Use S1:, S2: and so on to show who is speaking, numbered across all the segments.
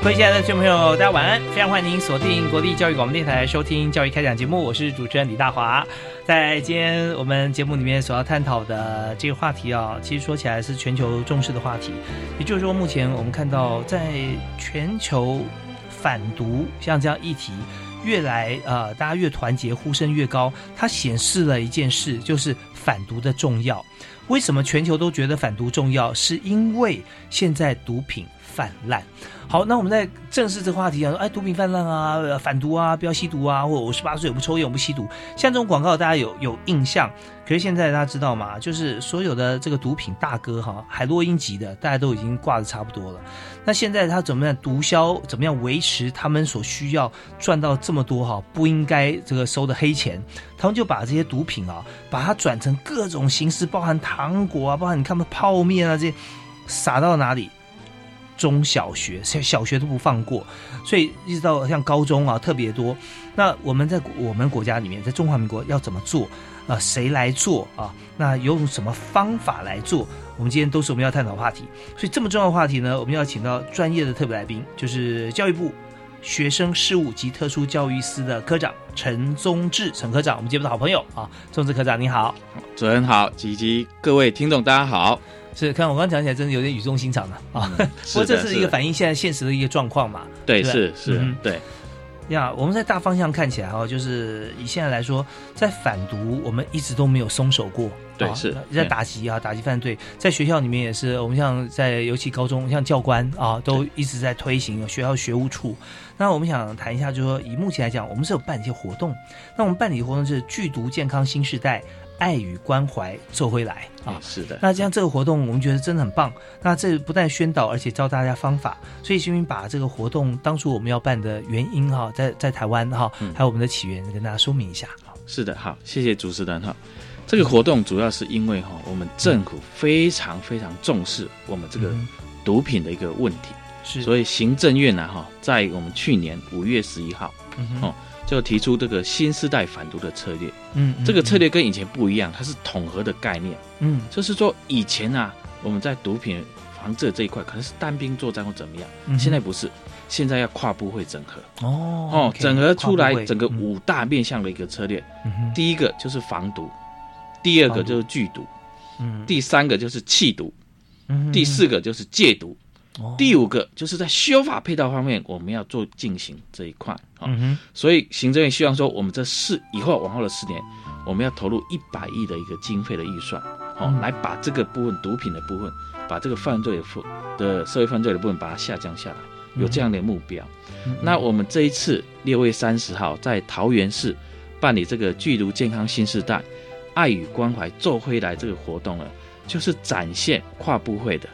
S1: 各位亲爱的听众朋友，大家晚安！非常欢迎您锁定国立教育广播电台收听《教育开讲》节目，我是主持人李大华。在今天我们节目里面所要探讨的这个话题啊，其实说起来是全球重视的话题。也就是说，目前我们看到在全球反毒像这样议题越来呃，大家越团结，呼声越高，它显示了一件事，就是反毒的重要。为什么全球都觉得反毒重要？是因为现在毒品泛滥。好，那我们在正视这个话题啊，说哎，毒品泛滥啊，呃反毒啊，不要吸毒啊，或者我十八岁我不抽烟，我不吸毒，像这种广告大家有有印象。可是现在大家知道吗？就是所有的这个毒品大哥哈，海洛因级的，大家都已经挂的差不多了。那现在他怎么样毒枭，怎么样维持他们所需要赚到这么多哈，不应该这个收的黑钱，他们就把这些毒品啊，把它转成各种形式，包含糖果啊，包含你看嘛泡面啊这些，撒到哪里？中小学、小小学都不放过，所以一直到像高中啊特别多。那我们在我们国家里面，在中华民国要怎么做？啊，谁来做啊？那用什么方法来做？我们今天都是我们要探讨的话题。所以这么重要的话题呢，我们要请到专业的特别来宾，就是教育部学生事务及特殊教育司的科长陈宗志陈科长，我们节目的好朋友啊，宗志科长你好。
S2: 主持人好，以及各位听众大家好。
S1: 是，看我刚讲起来真的有点语重心长了啊。 不过
S2: 是的
S1: 这是一
S2: 是
S1: 个
S2: 的
S1: 反映现在现实的一个状况嘛。
S2: 对，
S1: 对
S2: 是是
S1: 嗯，
S2: 对，
S1: 呀我们在大方向看起来哈、哦，就是以现在来说，在反毒我们一直都没有松手过。
S2: 对
S1: 啊
S2: 是
S1: 在打击啊，打击犯罪，在学校里面也是，我们像在尤其高中，像教官啊，都一直在推行学校学务处。那我们想谈一下，就是说以目前来讲，我们是有办一些活动，那我们办理活动是“剧毒健康新时代，爱与关怀走回来”啊
S2: 啊，，是的。
S1: 那这样这个活动，我们觉得真的很棒。那这不但宣导，而且教大家方法。所以，新民把这个活动当初我们要办的原因哈，在在台湾哈，
S2: 嗯
S1: 还有我们的起源，跟大家说明一下。
S2: 是的，好，谢谢主持人哈。这个活动主要是因为哈，我们政府非常非常重视我们这个
S1: 嗯
S2: 毒品的一个问题，
S1: 是，
S2: 所
S1: 以
S2: 以行政院呢哈，在我们去年五月十一号
S1: 嗯哼
S2: 哦就提出这个新时代反毒的策略。
S1: 嗯，嗯
S2: 这个策，略跟以前不一样，它是统合的概念，
S1: 嗯
S2: 就是说以前啊，我们在毒品防治这一块可能是单兵作战或怎么样，
S1: 嗯哼
S2: 现在不是，现在要跨部会整合。
S1: 哦
S2: 哦，
S1: OK，
S2: 整合出
S1: 跨部
S2: 来
S1: 会
S2: 整个
S1: 嗯
S2: 五大面向的一个策略。
S1: 嗯哼
S2: 第一个就是防毒，第二
S1: 防
S2: 个
S1: 毒
S2: 就是剧毒，
S1: 嗯
S2: 第三个就是弃毒，
S1: 嗯
S2: 第四个就是戒毒，
S1: 哦
S2: 第五个就是在修法配套方面，我们要做进行这一块。哦，
S1: 嗯哼
S2: 所以行政院希望说，我们这四以后往后的四年，我们要投入一百亿的一个经费的预算，哦
S1: 嗯，
S2: 来把这个部分毒品的部分，把这个犯罪的部的社会犯罪的部分把它下降下来，有这样的目标。
S1: 嗯嗯
S2: 那我们这一次六月三十号在桃园市办理这个“巨毒健康新时代，爱与关怀做回来”这个活动呢，就是展现跨部会的，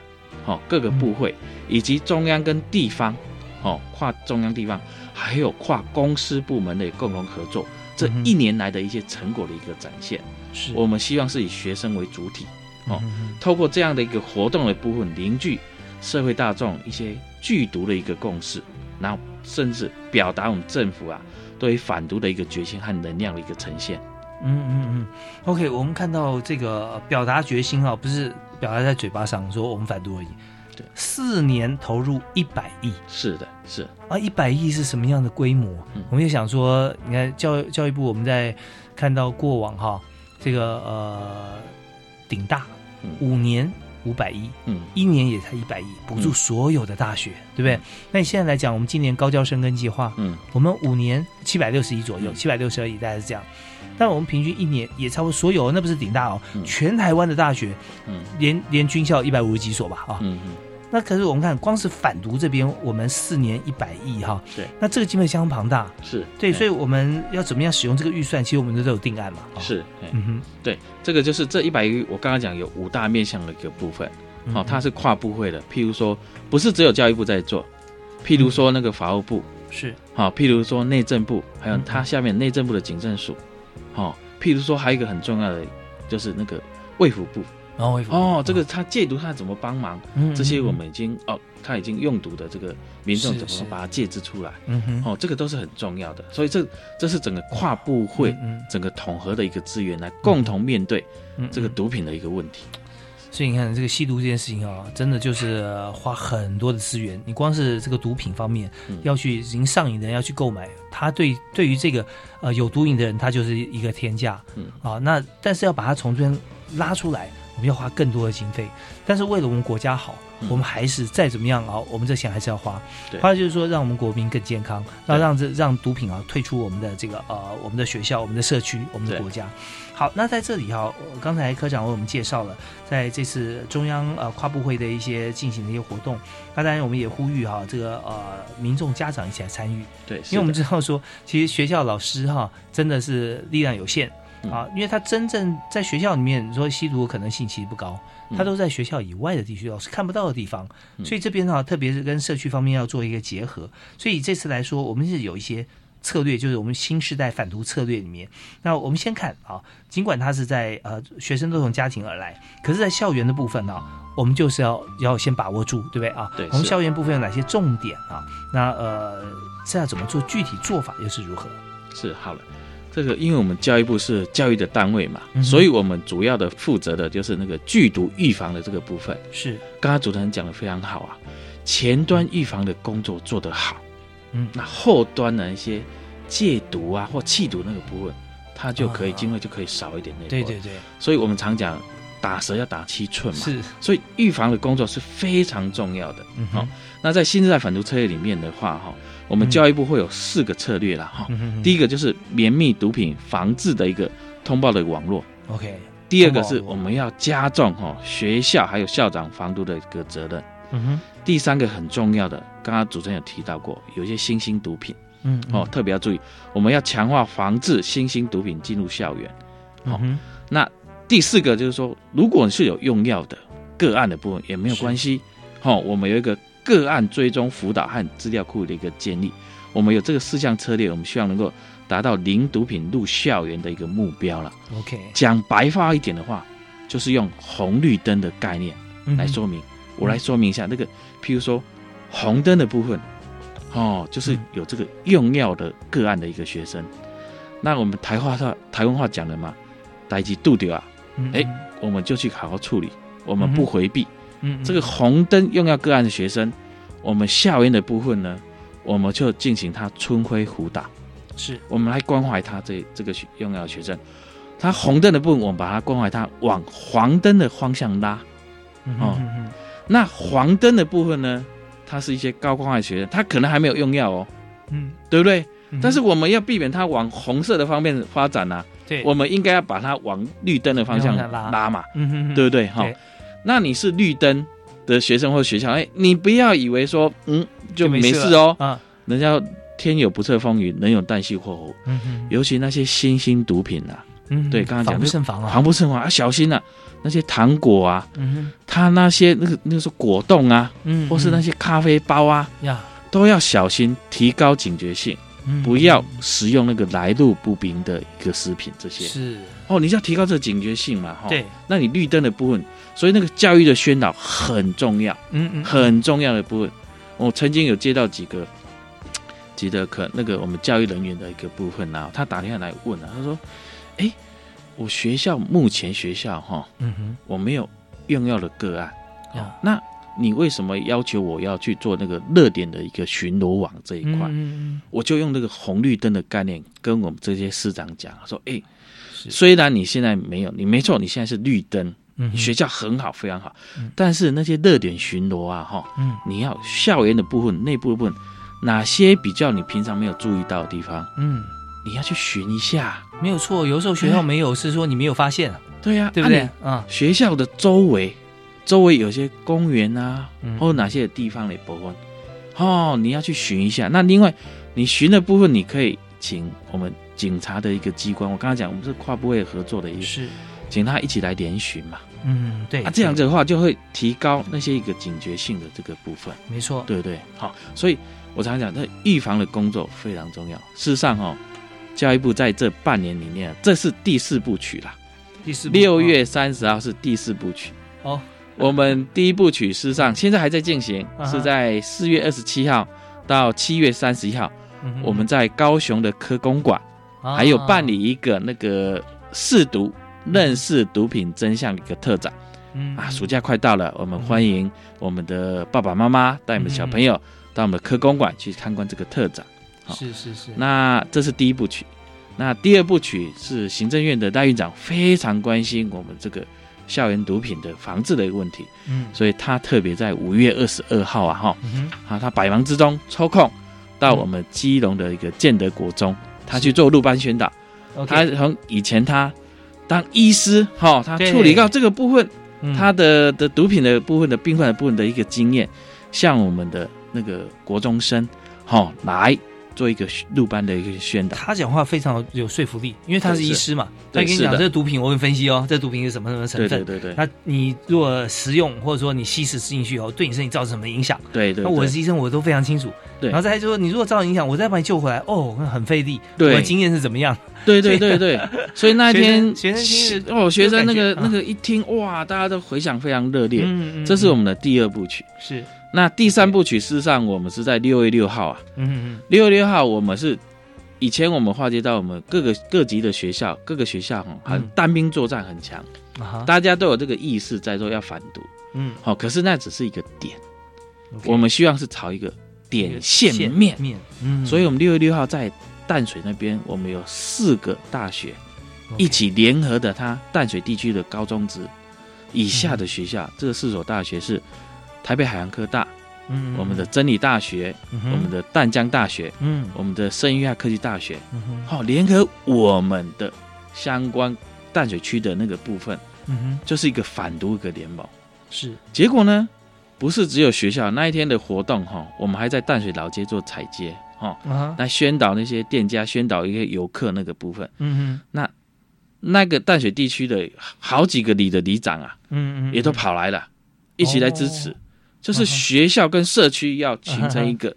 S2: 哦，各个部会
S1: 嗯
S2: 以及中央跟地方，哦，跨中央地方，还有跨公司部门的共同合作，这
S1: 嗯哼
S2: 一年来的一些成果的一个展现。
S1: 是
S2: 我们希望是以学生为主体，哦
S1: 嗯哼
S2: 透过这样的一个活动的部分，凝聚社会大众一些剧毒的一个共识，然后甚至表达我们政府啊对于反毒的一个决心和能量的一个呈现。
S1: 嗯嗯嗯，OK，我们看到这个呃表达决心啊，不是表达在嘴巴上说我们反对而已，
S2: 对，
S1: 四年投入一百亿。
S2: 是的，是
S1: 啊，一百亿是什么样的规模？
S2: 嗯
S1: 我们就想说，你看教教育部，我们在看到过往哈，这个呃，顶大
S2: 嗯
S1: 五年五百亿，
S2: 嗯，
S1: 一年也才一百亿，补助
S2: 嗯
S1: 所有的大学，对不对？那你现在来讲，我们今年高教生跟计划，
S2: 嗯
S1: 我们五年七百六十亿左右，
S2: 嗯
S1: 七百六十二亿大概是这样。但我们平均一年也差不多，所有那不是顶大哦，
S2: 嗯
S1: 全台湾的大学
S2: 嗯
S1: 连连军校一百五十几所吧啊。
S2: 嗯嗯，
S1: 那可是我们看，光是反毒这边，我们四年一百亿哈，
S2: 是
S1: 那这个经费相当庞大。
S2: 是，
S1: 对，所
S2: 以
S1: 以我们要怎么样使用这个预算，其实我们都有定案嘛。啊，
S2: 是，哎
S1: 嗯
S2: 对，这个就是这一百亿，我刚刚讲有五大面向的一个部分，
S1: 嗯哼，
S2: 好、哦它是跨部会的，譬如说不是只有教育部在做，譬如说那个法务部，
S1: 是
S2: 好、譬如说内政部，还有
S1: 嗯
S2: 它下面内政部的警政署，好、譬如说还有一个很重要的就是那个卫福部，
S1: 然后恢复
S2: 哦，这个他戒毒他怎么帮忙，
S1: 嗯
S2: 这些我
S1: 嗯
S2: 们已经哦，他已经用毒的这个民众
S1: 是
S2: 怎
S1: 是
S2: 么把它戒制出来，
S1: 嗯哼，
S2: 哦，这个都是很重要的，所以这这是整个跨部会。
S1: 嗯嗯
S2: 整个统合的一个资源来共同面对
S1: 嗯
S2: 这个
S1: 嗯
S2: 毒品的一个问题。
S1: 所以你看，这个吸毒这件事情啊，真的就是呃花很多的资源。你光是这个毒品方面，
S2: 嗯
S1: 要去已经上瘾的人要去购买，他对对于这个呃有毒瘾的人，他就是一个天价。
S2: 嗯
S1: 啊，那但是要把它从中间拉出来，我们要花更多的经费。但是为了我们国家好，
S2: 嗯
S1: 我们还是再怎么样啊，我们这钱还是要花。
S2: 对
S1: 花的就是说让我们国民更健康，
S2: 对
S1: 那让这让毒品啊退出我们的这个呃我们的学校、我们的社区、我们的
S2: 对
S1: 国家。好，那在这里哈、我刚才科长为我们介绍了，在这次中央呃跨部会的一些进行的一些活动，那当然我们也呼吁哈、这个呃民众家长一起来参与，
S2: 对，
S1: 因为我们
S2: 是
S1: 知道说，其实学校老师哈、真的是力量有限
S2: 嗯
S1: 啊，因为他真正在学校里面，你说吸毒的可能性其实不高，
S2: 嗯
S1: 他都在学校以外的地区，老师看不到的地方，
S2: 嗯
S1: 所以这边哈、特别是跟社区方面要做一个结合，所以这次来说，我们是有一些。策略就是我们新时代反毒策略里面，那我们先看啊，尽管他是在呃学生都从家庭而来，可是，在校园的部分呢、我们就是要要先把握住，对不对啊？
S2: 对
S1: 我们
S2: 是
S1: 校园部分有哪些重点啊？那呃，这要怎么做？具体做法又是如何？
S2: 的是好了。这个，因为我们教育部是教育的单位嘛，
S1: 嗯哼
S2: 所以我们主要的负责的就是那个剧毒预防的这个部分。
S1: 是，
S2: 刚刚主持人讲的非常好啊，前端预防的工作做得好，
S1: 嗯
S2: 那后端的一些戒毒啊或弃毒那个部分，它就可以
S1: 啊
S2: 经费就可以少一点那一
S1: 对
S2: 部分
S1: 对对，
S2: 所以我们常讲打蛇要打七寸嘛，
S1: 是，
S2: 所以预防的工作是非常重要的。
S1: 嗯
S2: 好
S1: 哼，
S2: 那在新时代反毒策略里面的话，哈，我们
S1: 嗯
S2: 教育部会有四个策略啦，哈、
S1: 嗯哼哼
S2: 第一个就是绵密毒品防治的一个通报的网络，
S1: ，OK，
S2: 第二个是
S1: 通报
S2: 我们要加重哈学校还有校长防毒的一个责任，
S1: 嗯哼，
S2: 第三个很重要的，刚刚主持人有提到过，有一些新兴毒品
S1: 嗯，
S2: 哦，特别要注意，我们要强化防治新兴毒品进入校园。
S1: 嗯哼，
S2: 那第四个就是说，如果你是有用药的个案的部分也没有关系，好、我们有一个个案追踪辅导和资料库的一个建立，我们有这个四项策略，我们希望能够达到零毒品入校园的一个目标了。
S1: 嗯，OK，
S2: 讲白话一点的话，就是用红绿灯的概念
S1: 嗯哼
S2: 来说明。我来说明一下那个，譬如说红灯的部分，哦，就是
S1: 嗯
S2: 有这个用药的个案的一个学生。那我们台话上台湾话讲的嘛，逮起度丢啊，
S1: 嗯
S2: 哎我们就去好好处理，我们
S1: 嗯哼
S2: 不回避、
S1: 嗯，嗯
S2: 这个红灯用药个案的学生，我们校园的部分呢，我们就进行他春晖辅导，
S1: 是，
S2: 我们来关怀他这这个学用药学生。他红灯的部分，我们把他关怀他往黄灯的方向拉。
S1: 嗯
S2: 哦
S1: 哼嗯哼
S2: 那黄灯的部分呢，他是一些高关怀学生，他可能还没有用药哦，
S1: 嗯
S2: 对不对？
S1: 嗯，
S2: 但是我们要避免他往红色的方面发展呐、
S1: 对，
S2: 我们应该要把他往绿灯的方向
S1: 往上拉
S2: 拉嘛。
S1: 嗯哼哼，
S2: 对不对？哈
S1: 对，
S2: 那你是绿灯的学生或学校，哎，你不要以为说，嗯，就没事
S1: 了
S2: 哦。
S1: 啊，
S2: 人家天有不测风云，人有旦夕祸福。
S1: 嗯哼，
S2: 尤其那些新兴毒品啊，
S1: 嗯哼
S2: 对刚刚
S1: 防
S2: 讲
S1: 不
S2: 的
S1: 胜防啊，
S2: 防不胜防啊，小心啊！那些糖果啊，
S1: 嗯
S2: 它那些那个那个是果冻啊，
S1: 哼，嗯，
S2: 或是那
S1: 嗯
S2: 些咖啡包啊，
S1: 呀，
S2: 都要小心，提高警觉性，
S1: 嗯
S2: 不要食用那个来路不明的一个食品这些。
S1: 是，
S2: 哦，你就要提高这个警觉性嘛，哈。
S1: 对，，
S2: 那你绿灯的部分，所以那个教育的宣导很重要。
S1: 嗯嗯，
S2: 很重要的部分。我曾经有接到几个几个可那个我们教育人员的一个部分啊，他打电话来问啊，他说：“哎，我学校目前学校哈，
S1: 嗯哼，
S2: 我没有用药的个案，
S1: 呀，
S2: 那你为什么要求我要去做那个热点的一个巡逻网这一
S1: 嗯
S2: 块？”
S1: 嗯嗯
S2: 我就用那个红绿灯的概念跟我们这些市长讲，说：“哎，
S1: 是
S2: 虽然你现在没有，你没错，你现在是绿灯，
S1: 嗯哼
S2: 学校很好，非常好
S1: 嗯。
S2: 但是那些热点巡逻啊，哈，
S1: 嗯
S2: 你要校园的部分、内部的部分，哪些比较你平常没有注意到的地方，
S1: 嗯，
S2: 你要去巡一下。
S1: 没有错。有时候学校
S2: 哎
S1: 没有，是说你没有发现啊，
S2: 对呀、
S1: 对不对
S2: 啊？
S1: 啊？
S2: 你学校的周围，周围有些公园啊，
S1: 嗯
S2: 或者哪些地方的部分，哦，你要去巡一下。那另外，你巡的部分，你可以请我们警察的一个机关，我刚才讲我们是跨部会合作的一个，
S1: 是，
S2: 请他一起来联巡嘛。
S1: 嗯，对
S2: 啊，这样子的话就会提高那些一个警觉性的这个部分，
S1: 没错。
S2: 对不对？好，所以我常常讲，那预防的工作非常重要。事实上，哦，教育部在这半年里面，这是第四部曲啦。
S1: 第四步
S2: 六月三十号是第四部曲。
S1: 哦，
S2: 我们第一部曲事实上现在还在进行
S1: 啊，哈
S2: 是在四月二十七号到七月三十一号，
S1: 嗯哼
S2: 我们在高雄的科公馆
S1: 啊
S2: 还有办理一个那个试毒。认识毒品真相的一个特展
S1: 嗯
S2: 啊，暑假快到了，我们欢迎我们的爸爸妈妈带我们的小朋
S1: 嗯
S2: 友到我们的科公馆去参观这个特展。好
S1: 是是是，
S2: 哦那这是第一部曲，那第二部曲是行政院的赖院长非常关心我们这个校园毒品的防治的一个问题，
S1: 嗯
S2: 所以他特别在五月二十二号啊，哈，
S1: 嗯哼
S2: 啊，他百忙之中抽空到我们基隆的一个建德国中，他去做入班宣导。他
S1: ，OK，
S2: 从以前他当医师，哈、他
S1: 对
S2: 处理到这个部分，
S1: 嗯
S2: 他的的毒品的部分的病患的部分的一个经验，向我们的那个国中生，哈、来做一个入班的一个宣导。
S1: 他讲话非常有说服力，因为他是
S2: 对
S1: 医
S2: 是
S1: 师嘛，他
S2: 对
S1: 跟你
S2: 是
S1: 讲
S2: 的
S1: 这毒品，我会分析哦，这毒品是什么什么成
S2: 对对
S1: 分。
S2: 对对
S1: 那你如果食用或者说你吸食进去后，对你身体造成什么影响？
S2: 对对，
S1: 那我
S2: 对
S1: 是医生，我都非常清楚。
S2: 对
S1: 然后再来就说，你如果造成影响，我再把你救回来，哦，那很费力。
S2: 对
S1: 我的经验是怎么样？
S2: 对对对对，所以那一天
S1: 学生学生听着
S2: 哦，学生那个
S1: 就感觉
S2: 那个一听哇，大家都回响非常热烈。
S1: 嗯嗯
S2: 这是我们的第二部曲。
S1: 是，
S2: 那第三部曲事实上我们是在六月六号啊，
S1: 嗯嗯
S2: 六月六号我们是以前我们划接到我们各个各级的学校，各个学校哈，很
S1: 嗯
S2: 单兵作战很强，
S1: 嗯，啊哈，
S2: 大家都有这个意识在说要反毒。
S1: 嗯，
S2: 好、可是那只是一个点，
S1: OK
S2: 我们希望是朝一个点线面。
S1: 面，嗯，
S2: 所以我们六月六号在淡水那边，我们有四个大学
S1: OK
S2: 一起联合的，它淡水地区的高中职以下
S1: 嗯
S2: 的学校，这四所大学是台北海洋科大、
S1: 嗯，嗯
S2: 我们的真理大学、
S1: 嗯
S2: 我们
S1: 的，
S2: 的淡江大学、
S1: 嗯
S2: 我们的圣约翰科技大学，
S1: 嗯哼
S2: 好、联合我们的相关淡水区的那个部分，
S1: 嗯哼，
S2: 就是一个反毒一个联盟。
S1: 是，
S2: 结果呢，不是只有学校那一天的活动哈、我们还在淡水老街做踩街哈、
S1: 啊哈，
S2: 那宣导那些店家，宣导一些游客那个部分，
S1: 嗯哼
S2: 那个淡水地区的好几个里的里长啊，
S1: 嗯嗯，哦
S2: 也都跑来了，一起来支持。就是学校跟社区要形成一个、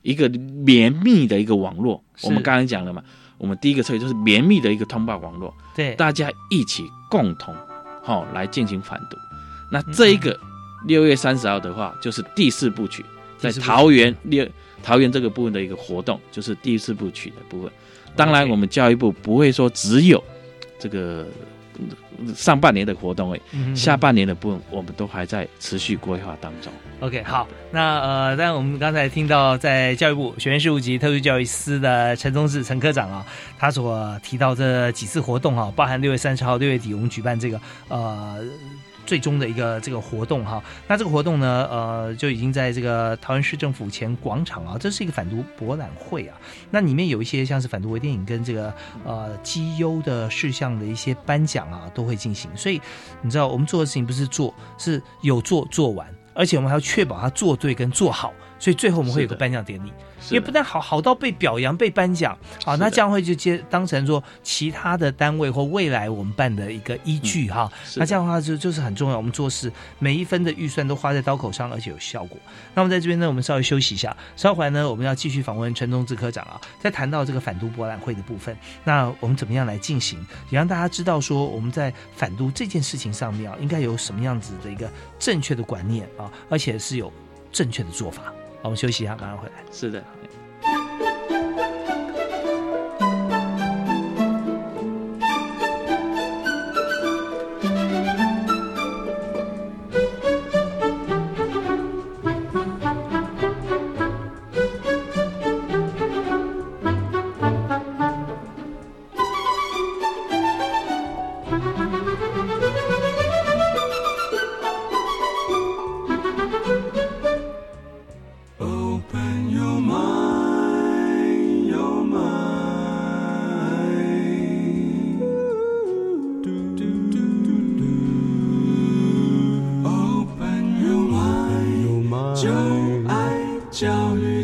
S2: 一个绵密的一个网络。
S1: 嗯是
S2: 我们刚才讲了嘛，我们第一个策略就是绵密的一个通报网络，
S1: 对，
S2: 大家一起共同好、哦、来进行反毒。那
S1: 嗯
S2: 这一个六月三十号的话，就是第四部曲，
S1: 第
S2: 在
S1: 四部曲
S2: 桃园六桃园这个部分的一个活动，就是第四部曲的部分。当然，
S1: OK
S2: 我们教育部不会说只有这个嗯上半年的活动而已，
S1: 嗯嗯
S2: 下半年的部分我们都还在持续规划当中。
S1: OK，好，那呃，但我们刚才听到在教育部学院事务及特殊教育司的陈宗志陈科长啊，他所提到这几次活动啊，包含六月三十号、六月底我们举办这个呃最终的一个这个活动哈、那这个活动呢，呃，就已经在这个桃园市政府前广场啊，这是一个反毒博览会啊。那里面有一些像是反毒微电影跟这个呃绩优的事项的一些颁奖啊，都会进行。所以你知道，我们做的事情不是做，是有做做完，而且我们还要确保它做对跟做好。所以最后我们会有
S2: 是的
S1: 个颁奖典礼，
S2: 是
S1: 也不但好好到被表扬、被颁奖啊，
S2: 是的
S1: 那这样会就接当成说其他的单位或未来我们办的一个依据哈、
S2: 嗯是
S1: 那这样的话就就是很重要，我们做事每一分的预算都花在刀口上，而且有效果。那么在这边呢，我们稍微休息一下，稍后回来呢，我们要继续访问陈宗志科长啊，再谈到这个反毒博览会的部分，那我们怎么样来进行，也让大家知道说我们在反毒这件事情上面啊，应该有什么样子的一个正确的观念啊，而且是有正确的做法。好，我们休息一下，马上回来。
S2: 是的。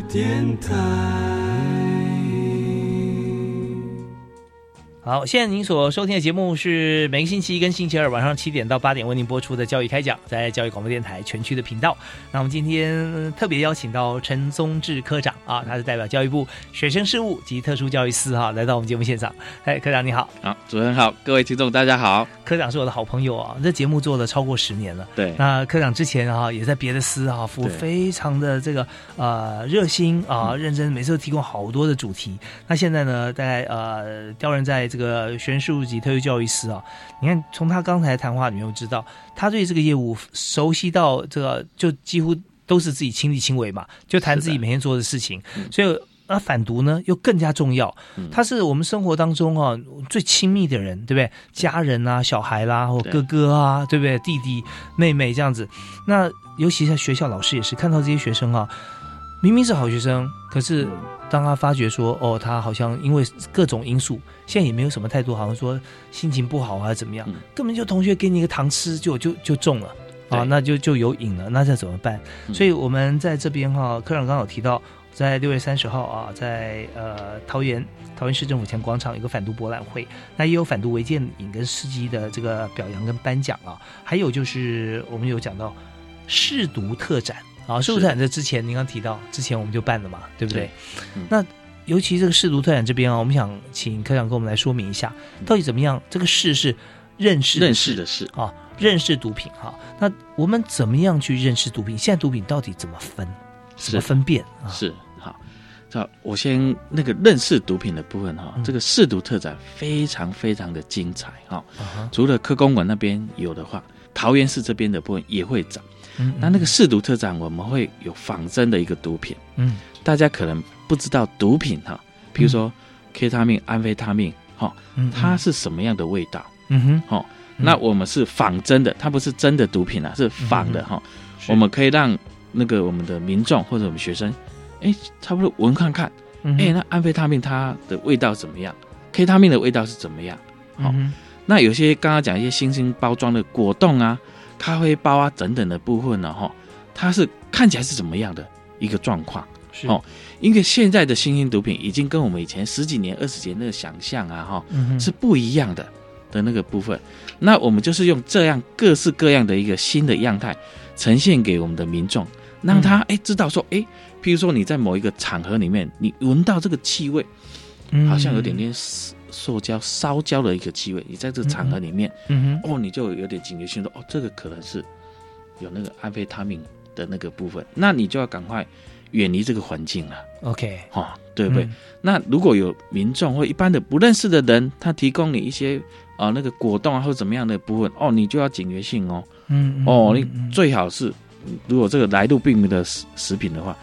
S3: 电台。
S1: 好，现在您所收听的节目是每个星期一跟星期二晚上七点到八点为您播出的《教育开讲》，在教育广播电台全区的频道。那我们今天特别邀请到陈宗志科长啊，他是代表教育部学生事务及特殊教育司哈、来到我们节目现场。哎，科长你好，
S2: 好，主持人好，各位听众大家好。
S1: 科长是我的好朋友啊，这节目做了超过十年了。
S2: 对，
S1: 那科长之前啊，也在别的司啊，服务
S2: 对
S1: 非常的这个呃热心啊，
S2: 嗯
S1: 认真，每次都提供好多的主题。那现在呢，大概呃调任在这个学术及特殊教育司啊，你看从他刚才的谈话里面我知道，他对这个业务熟悉到这个就几乎都是自己亲力亲为嘛，就谈自己
S2: 是的
S1: 每天做的事情，
S2: 嗯
S1: 所以。那反毒呢，又更加重要
S2: 嗯。
S1: 他是我们生活当中啊最亲密的人，对不对？家人啊，小孩啦、或
S2: 对
S1: 哥哥啊，对不对？弟弟、妹妹这样子。那尤其在学校，老师也是看到这些学生啊，明明是好学生，可是
S2: 嗯
S1: 当他发觉说，哦，他好像因为各种因素，现在也没有什么态度，好像说心情不好啊，怎么样
S2: 嗯，
S1: 根本就同学给你一个糖吃就就就中了。啊，
S2: 对
S1: 那就就有瘾了，那这怎么办？
S2: 嗯
S1: 所以我们在这边哈、科长刚好提到，在六月三十号啊，在呃桃园桃园市政府前广场有个反毒博览会，那也有反毒违建瘾跟事迹的这个表扬跟颁奖啊，还有就是我们有讲到试毒特展啊，试毒特展在之前您刚提到，之前我们就办了嘛，对不对？
S2: 对嗯
S1: 那尤其这个试毒特展这边啊，我们想请科长跟我们来说明一下，到底怎么样？这个试是认识
S2: 嗯认
S1: 识
S2: 识的事。
S1: 啊，认识毒品哈、那我们怎么样去认识毒品？现在毒品到底怎么分？怎么分辨啊？
S2: 是好，那我先那个认识毒品的部分哈、
S1: 嗯
S2: 这个试毒特展非常非常的精彩哈、
S1: 啊哈
S2: 除了科公馆那边有的话，桃园市这边的部分也会涨。
S1: 嗯
S2: 那那个试毒特展我们会有仿真的一个毒品，
S1: 嗯
S2: 大家可能不知道毒品哈、比如说 K 他命、安非他命哈、
S1: 嗯，
S2: 它是什么样的味道
S1: 嗯哼，
S2: 哈、
S1: 嗯
S2: 那我们是仿真的，它不是真的毒品啊，是仿
S1: 嗯
S2: 的哈、我们可以让那个我们的民众或者我们学生，哎，差不多闻看看。
S1: 嗯
S2: 哎、那安非他命它的味道怎么样？K 他命的味道是怎么样？
S1: 嗯哼
S2: 那有些刚刚讲一些新兴包装的果冻啊、咖啡包啊等等的部分呢，哈，它是看起来是怎么样的一个状况？
S1: 是
S2: 哦因为现在的新兴毒品已经跟我们以前十几年、二十年那个想象啊，哈，
S1: 嗯哼
S2: 是不一样的的那个部分。那我们就是用这样各式各样的一个新的样态呈现给我们的民众，让他
S1: 嗯
S2: 哎、诶知道说，哎、譬如说你在某一个场合里面，你闻到这个气味，
S1: 嗯
S2: 好像有点，点塑塑胶烧焦的一个气味，你在这个场合里面，
S1: 嗯哼
S2: 哦，你就有点警觉性说，哦，这个可能是有那个安非他命的那个部分，那你就要赶快远离这个环境了，
S1: ，OK，
S2: 哦，对不对？
S1: 嗯？
S2: 那如果有民众或一般的不认识的人，他提供你一些啊、呃那个果冻啊或怎么样的部分，哦，你就要警觉性哦，
S1: 嗯嗯
S2: 哦，
S1: 嗯
S2: 你
S1: 嗯
S2: 最好是嗯如果这个来路不明的食食品的话，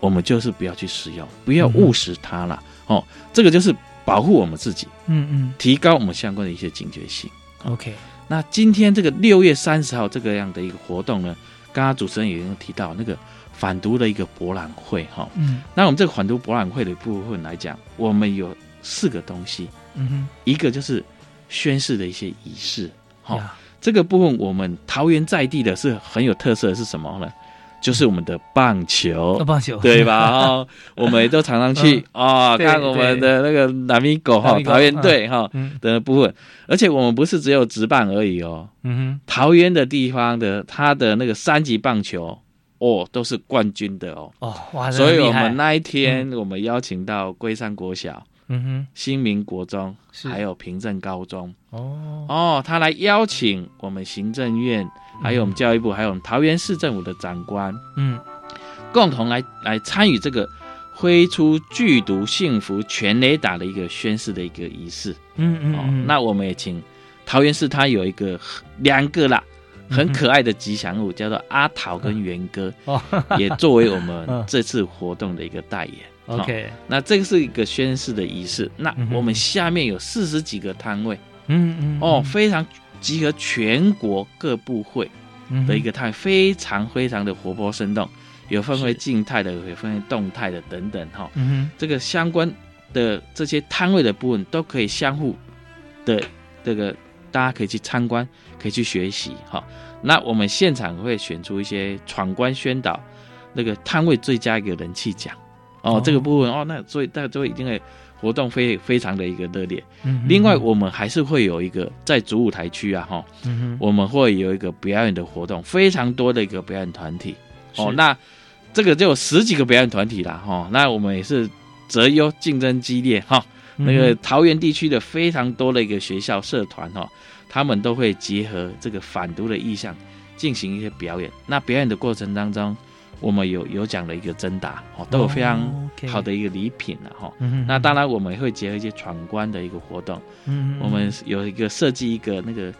S2: 我们就是不要去食用，不要
S1: 嗯哼
S2: 误食它啦。哦，这个就是保护我们自己，
S1: 嗯
S2: 提高我们相关的一些警觉性。
S1: 嗯，OK，
S2: 那今天这个六月三十号这个样的一个活动呢，刚刚主持人也有提到那个反毒的一个博览会哈、哦，
S1: 嗯
S2: 那我们这个反毒博览会的部分来讲，我们有四个东西，
S1: 嗯
S2: 一个就是宣誓的一些仪式，
S1: 哼，
S2: 好、
S1: 呀
S2: 这个部分我们桃园在地的是很有特色的是什么呢？就是我们的棒球
S1: 那，棒 球
S2: 对？吧？哦，我们也都常常 去啊，
S1: 嗯对
S2: 看我们的那个南米狗哈，
S1: Namigo，
S2: 桃园队哈
S1: 嗯
S2: 的部分，而且我们不是只有直棒而已哦，
S1: 嗯
S2: 桃园的地方的它的那个三级棒球哦都是冠军的哦。
S1: 哼，哦，哇，
S2: 所以
S1: 那很
S2: 我
S1: 厉害
S2: 们那一天，我们邀请到龟山国小、
S1: 嗯
S2: 新民国中，
S1: 是
S2: 还有平镇高中
S1: 哼，哦，
S2: 哦，他来邀请我们行政院，还有我们教育部，还有我们桃园市政府的长官，
S1: 嗯
S2: 共同来来参与这个挥出剧毒幸福全雷打的一个宣誓的一个仪式。
S1: 嗯嗯
S2: 哦
S1: 嗯，，
S2: 那我们也请桃园市，它有一个 两个啦，很
S1: 嗯
S2: 可爱的吉祥物，叫做阿桃跟元哥，
S1: 哦
S2: 也作为我
S1: 嗯
S2: 们这次活动的一个代言。哦
S1: OK，
S2: 那这个是一个宣誓的仪式。那
S1: 嗯哼
S2: 我们下面有四十几个摊位、
S1: 嗯嗯
S2: 哦，非常集合全国各部会的一
S1: 个
S2: 个摊位，非常非常的活泼生动，有分为
S1: 是
S2: 静态的，有分为动态的等等哈、
S1: 嗯
S2: 这个相关的这些摊位的部分都可以相互的这个大家可以去参观，可以去学习哈、那我们现场会选出一些闯关宣导那个摊位最佳一个人气奖。哦
S1: 哦，
S2: 这个部分哦，那所以大家会一定会活动非非常的一个热烈。
S1: 嗯哼
S2: 另外，我们还是会有一个在主舞台区啊，哈、
S1: 嗯哼
S2: 我们会有一个表演的活动，非常多的一个表演团体哦
S1: 是。
S2: 那这个就有十几个表演团体啦，哈、那我们也是择优，竞争激烈哈、那个
S1: 嗯
S2: 桃园地区的非常多的一个学校社团哈、他们都会结合这个反毒的意向进行一些表演。那表演的过程当中，我们有有奖的一个征答哦，都有非常
S1: 哦，OK 嗯
S2: 好的一个礼品了哈、
S1: 哼，
S2: 那当然，我们也会结合一些闯关的一个活动。
S1: 嗯哼
S2: 我们有一个设计一个那个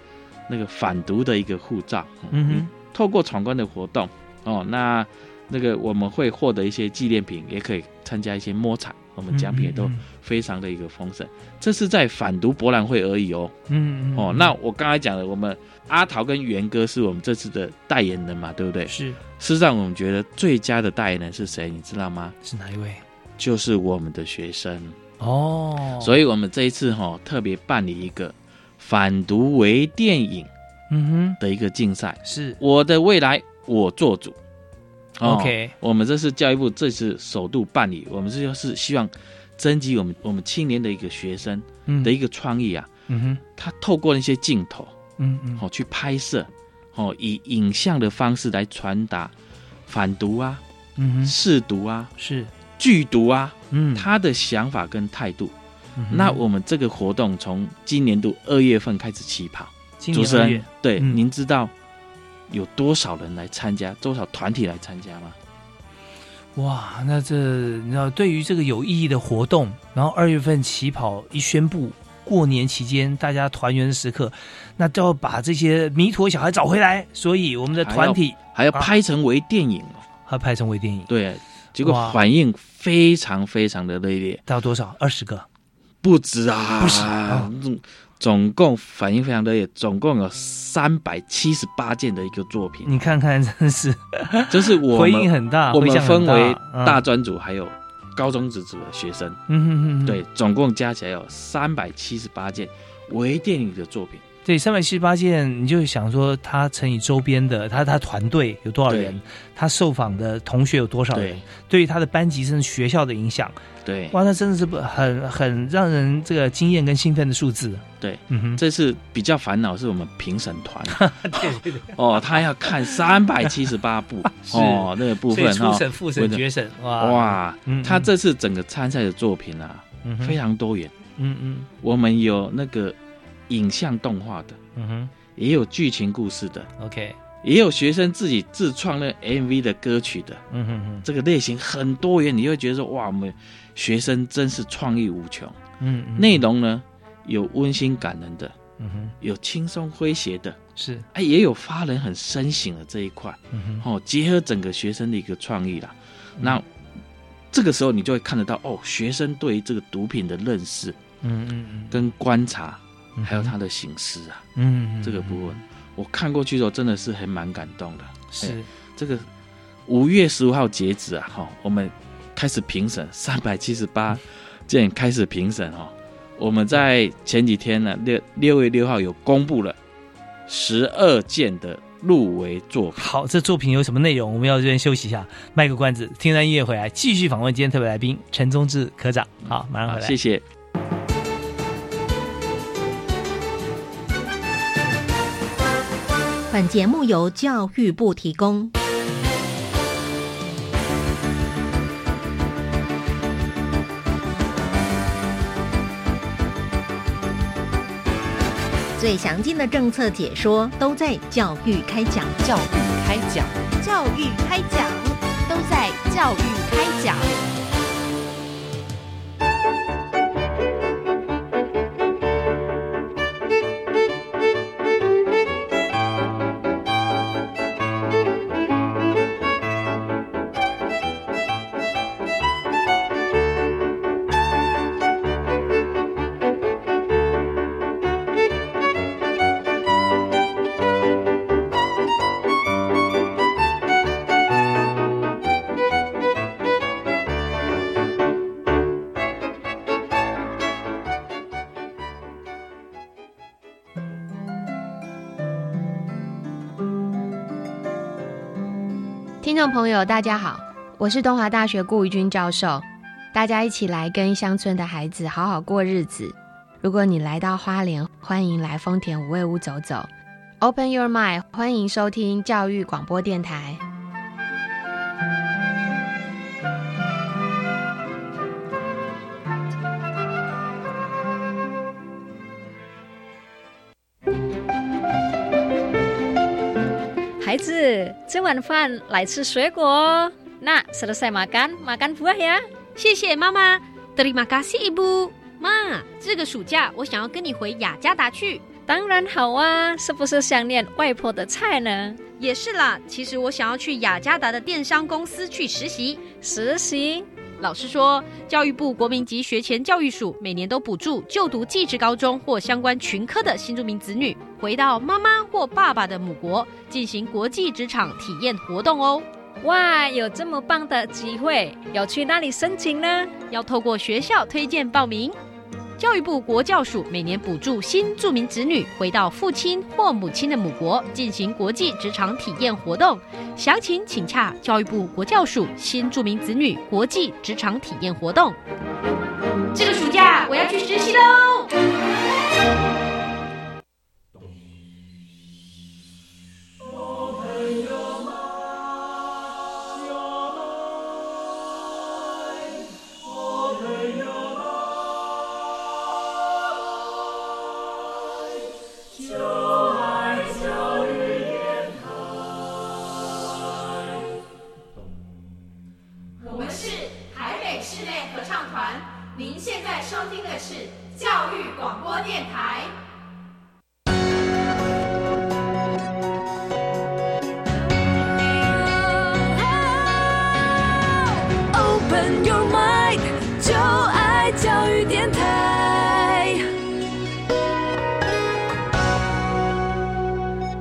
S2: 那个反毒的一个护照，哦
S1: 嗯哼，
S2: 透过闯关的活动哦，那那个我们会获得一些纪念品，也可以参加一些摸彩，我们奖品也都
S1: 嗯
S2: 非常的一个丰盛。这是在反毒博览会而已哦
S1: 嗯嗯
S2: 哦，那我刚才讲了，我们阿桃跟元哥是我们这次的代言人嘛，对不对？
S1: 是
S2: 事实上，我们觉得最佳的代言人是谁，你知道吗？
S1: 是哪一位？
S2: 就是我们的学生。
S1: 哦，
S2: 所
S1: 以
S2: 以我们这一次哈、哦、特别办理一个反毒为电影
S1: 嗯哼
S2: 的一个竞赛，
S1: 是
S2: 我的未来我做主。哦
S1: OK
S2: 我们这次教育部这次首度办理，我们这就是希望征集我们我们青年的一个学生
S1: 嗯
S2: 的一个创意啊，
S1: 嗯哼
S2: 他透过那些镜头
S1: 嗯嗯
S2: 哦去拍摄，哦以影像的方式来传达反毒啊、
S1: 嗯哼
S2: 试毒啊、
S1: 是
S2: 剧毒啊
S1: 嗯
S2: 他的想法跟态度。
S1: 嗯哼
S2: 那我们这个活动从今年度二月份开始起跑，
S1: 今
S2: 主
S1: 年
S2: 持
S1: 二
S2: 人
S1: 月
S2: 对、
S1: 嗯
S2: 您知道有多少人来参加，多少团体来参加吗？
S1: 哇，那这你知道，对于这个有意义的活动，然后二月份起跑一宣布，过年期间大家团圆时刻，那都要把这些弥陀小孩找回来，所以我们的团体
S2: 还要
S1: 啊
S2: 拍成为电影哦，
S1: 还拍成微电影，
S2: 对，结果
S1: 哇
S2: 反应非常非常的热烈，
S1: 到多少？二十个，
S2: 不止啊，
S1: 不止啊
S2: 总总共反应非常热烈，总共有三百七十八件的一个作品，
S1: 你看看，真是
S2: 就是我
S1: 嗯回应
S2: 们
S1: 很大，
S2: 我
S1: 回
S2: 们
S1: 响
S2: 分
S1: 很
S2: 为大
S1: 嗯
S2: 专组还有高中职组的学生。
S1: 嗯哼哼哼，
S2: 对，总共加起来有三百七十八件微电影的作品。
S1: 对，三百七十八件，你就想说他乘以周边的，他他团队有多少人
S2: 对，
S1: 他受访的同学有多少人
S2: 对，
S1: 对于他的班级甚至学校的影响，
S2: 对，
S1: 哇，那真的是不很很让人这个惊艳跟兴奋的数字。
S2: 对，
S1: 嗯 哼，
S2: 这次比较烦恼是我们评审团 哦，他要看三百七十八部
S1: 是
S2: 哦，那个部分
S1: 所以
S2: 哈
S1: 初，审、复
S2: 我
S1: 审、
S2: 的
S1: 决审，哇，
S2: 哇
S1: 嗯，
S2: 他这次整个参赛的作品啊，
S1: 嗯哼
S2: 非，常多元。
S1: 嗯嗯
S2: 我们有那个影像动画的，
S1: 嗯哼
S2: 也有剧情故事的，
S1: ，OK，
S2: 也有学生自己自创那 MV 的歌曲的。
S1: 嗯哼哼，
S2: 这个类型很多元，你会觉得说哇，我们学生真是创意无穷。
S1: 嗯嗯
S2: 内容呢有温馨感人的，
S1: 嗯哼
S2: 有轻松诙谐的，
S1: 是，
S2: 哎，也有发人很深省的这一块
S1: 嗯哼
S2: 哦，结合整个学生的一个创意啦。
S1: 嗯
S2: 那这个时候你就会看得到哦，学生对于这个毒品的认识
S1: 嗯嗯
S2: 跟观察，
S1: 嗯，
S2: 还有他的形式啊，
S1: 嗯嗯
S2: 这个部分
S1: 嗯
S2: 我看过去的时候真的是还蛮感动的。
S1: 是
S2: 这个五月十五号截止啊，哈、我们开始评审三百七十八件开始评审哦。我们在前几天呢，六六月六号有公布了十二件的入围作品。
S1: 好，这作品有什么内容？我们要这边休息一下，卖个关子，听段音乐回来，继续访问今天特别来宾陈宗志科长。好，马上
S2: 好，
S1: 回来。
S2: 谢谢。
S3: 本节目由教育部提供。最详尽的政策解说都在教育开讲。
S4: 教育开讲，
S5: 教育开讲，
S4: 都在教育开讲。
S6: 听众朋友，大家好，我是东华大学顾玉君教授。大家一起来跟乡村的孩子好好过日子。如果你来到花莲，欢迎来丰田五味屋走走。Open your mind，欢迎收听教育广播电台。
S7: 孩子，吃晚饭来吃水果哦。那 selesai makan makan buah ya。
S8: 谢谢妈妈，Terima kasih ibu。妈，这个暑假我想要跟你回雅加达去。
S7: 当然好啊，是不是想念外婆的菜呢？
S8: 也是啦，其实我想要去雅加达的电商公司去实习。
S7: 实习，
S8: 老师说，教育部国民级学前教育署每年都补助就读技职高中或相关群科的新住民子女，回到妈妈或爸爸的母国进行国际职场体验活动哦。
S7: 哇，有这么棒的机会，要去哪里申请呢？
S8: 要透过学校推荐报名。教育部国教署每年补助新住民子女回到父亲或母亲的母国进行国际职场体验活动，详情请洽教育部国教署新住民子女国际职场体验活动。这个暑假我要去实习喽！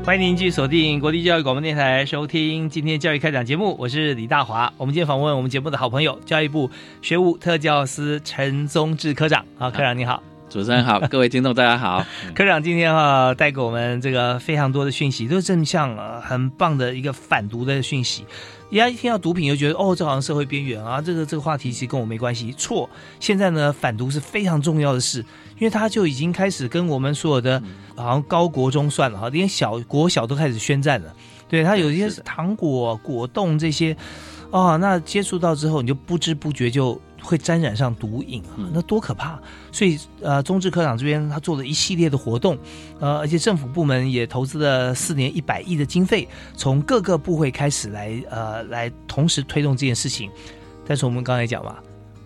S1: 欢迎您继续锁定国立教育广播电台，收听今天教育开讲节目，我是李大华。我们今天访问我们节目的好朋友，教育部学务特教司陈宗志科长。啊，科长你好，
S2: 主持 人好，各位听众大家好。嗯
S1: 科长今天哈、啊、带给我们这个非常多的讯息，都是正向啊，很棒的一个反毒的讯息。人家一听到毒品就觉得哦，这好像社会边缘啊，这个这个话题其实跟我没关系。错，现在呢反毒是非常重要的事，因为他就已经开始跟我们所有的，好像高国中算了哈，连小国小都开始宣战了。对他有一些糖果、果冻这些，哦，那接触到之后，你就不知不觉就会沾染上毒瘾啊，那多可怕！所以呃，中治科长这边他做了一系列的活动，呃，而且政府部门也投资了四年一百亿的经费，从各个部会开始来呃来同时推动这件事情。但是我们刚才讲嘛，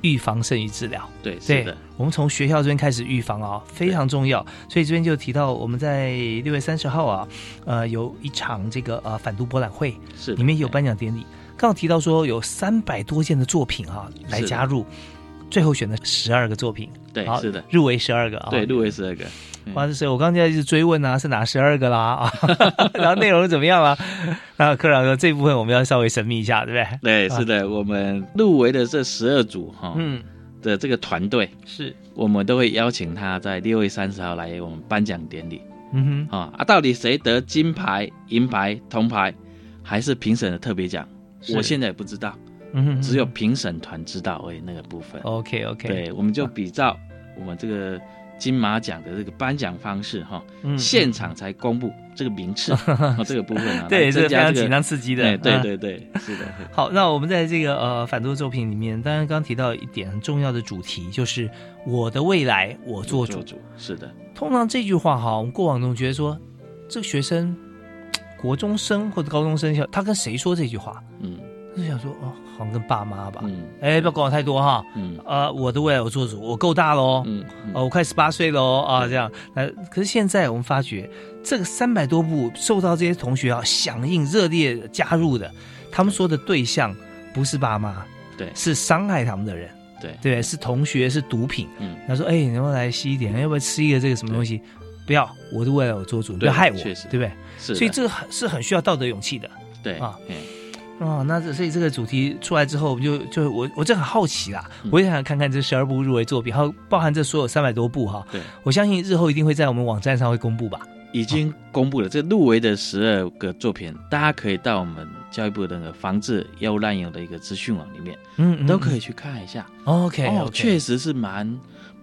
S1: 预防胜于治疗。
S2: 对，是的，
S1: 我们从学校这边开始预防啊、非常重要。所以这边就提到我们在六月三十号啊，呃，有一场这个呃反毒博览会，
S2: 是的哎
S1: 里面有颁奖典礼。刚刚提到说有三百多件的作品啊来
S2: 是的
S1: 加入，最后选了十二个作品，
S2: 对
S1: 好，
S2: 是的，
S1: 入围十二个啊，
S2: 对，入围十二个。嗯
S1: 哇，是我刚才一直追问啊，是哪十二个啦 啊？然后内容怎么样啦？ 那科长说这部分我们要稍微神秘一下，对不对？
S2: 对，是的，我们入围的这十二组哈
S1: 嗯，
S2: 的这个团队，
S1: 是，
S2: 我们都会邀请他在六月三十号来我们颁奖典礼
S1: 嗯哼，
S2: 啊啊，到底谁得金牌、银牌、铜牌，还是评审的特别奖？
S1: 是
S2: 我现在也不知道，
S1: 嗯哼，
S2: 只有评审团知道而已那个部分。
S1: OK OK，
S2: 对，我们就比照我们这个金马奖的这个颁奖方式哈，
S1: 嗯
S2: 现场才公布这个名 次啊，这个部分啊，
S1: 对，
S2: 来
S1: 这个非
S2: 增加
S1: 常
S2: 这
S1: 紧张
S2: 个。
S1: 刺激的
S2: 哎，，对
S1: 嗯。
S2: 对对，是的，对
S1: 好，那我们在这个呃反毒作品里面，当然刚提到一点很重要的主题，就是我的未来我 做主。
S2: 主是的，
S1: 通常这句话哈，我们过往总觉得说，这个学生，国中生或者高中生，他跟谁说这句话？
S2: 嗯
S1: 就想说哦，好像跟爸妈吧。
S2: 嗯
S1: 哎，不要管我太多哈。
S2: 嗯
S1: 呃，我的未来我做主，我够大喽，
S2: 嗯嗯
S1: 哦，我快十八岁喽，啊，这样，呃，可是现在我们发觉，这个三百多部受到这些同学啊响应热烈加入的，他们说的对象不是爸妈，
S2: 对
S1: 是伤害他们的人，
S2: 对
S1: 对，是同学，是毒品，
S2: 嗯，
S1: 他说，哎，你要不要来吸一点？哎要不要吃一个这个什么东西？不要，我的未来我做主，你不要
S2: 对
S1: 害我，
S2: 确实
S1: 对不对？
S2: 是的，
S1: 所以这个很是很需要道德勇气的。
S2: 对
S1: 啊，
S2: 哎
S1: 哦，那这所以这个主题出来之后，我们就就我我真的很好奇啦，
S2: 嗯
S1: 我也想看看这十二部入围作品，还有包含这所有三百多部哈。
S2: 对，
S1: 我相信日后一定会在我们网站上会公布吧。
S2: 已经公布了这入围的十二个作品，大家可以到我们教育部的那个防治药物滥用的一个资讯网里面，
S1: 嗯
S2: 都可以。去看一下。
S1: OK，
S2: 哦，确实是蛮，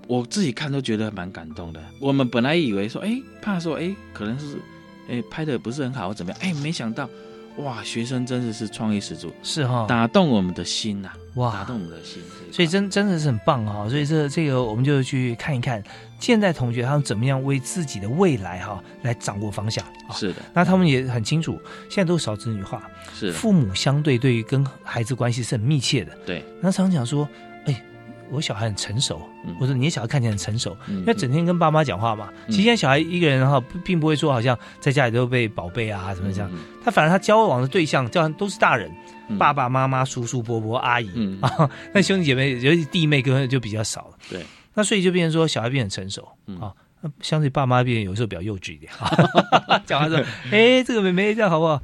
S2: 我自己看都觉得蛮感动的。我们本来以为说，哎，怕说，哎，可能是，哎，拍的不是很好或怎么样，哎，没想到，哇，学生真的是创意十足，
S1: 是哈，
S2: 打动我们的心呐、
S1: 哦
S2: 打
S1: 哇
S2: 动，我们的心。
S1: 所以真真的是很棒哈、所以这这个我们就去看一看现在同学他们怎么样为自己的未来哈、来掌握方向啊、
S2: 哦是的，
S1: 那他们也很清楚，现在都是少子女化，
S2: 是的，
S1: 父母相对对于跟孩子关系是很密切的。
S2: 对，
S1: 那常常讲说，哎，我小孩很成熟，
S2: 嗯
S1: 或者你的小孩看起来很成熟，
S2: 嗯
S1: 因为整天跟爸妈讲话嘛。
S2: 嗯
S1: 其实现在小孩一个人哈，不并不会说好像在家里都被宝贝啊什么这样，
S2: 嗯
S1: 他反而他交往的对象叫都是大人，
S2: 嗯
S1: 爸爸妈妈、叔叔伯伯、阿姨。
S2: 嗯，
S1: 啊，那兄弟姐妹，尤其弟妹，根本就比较少了。
S2: 对，
S1: 那所以就变成说，小孩变得很成熟、
S2: 嗯
S1: 啊，那相对爸妈变得有时候比较幼稚一点。 啊讲话说，哎、这个妹妹这样好不好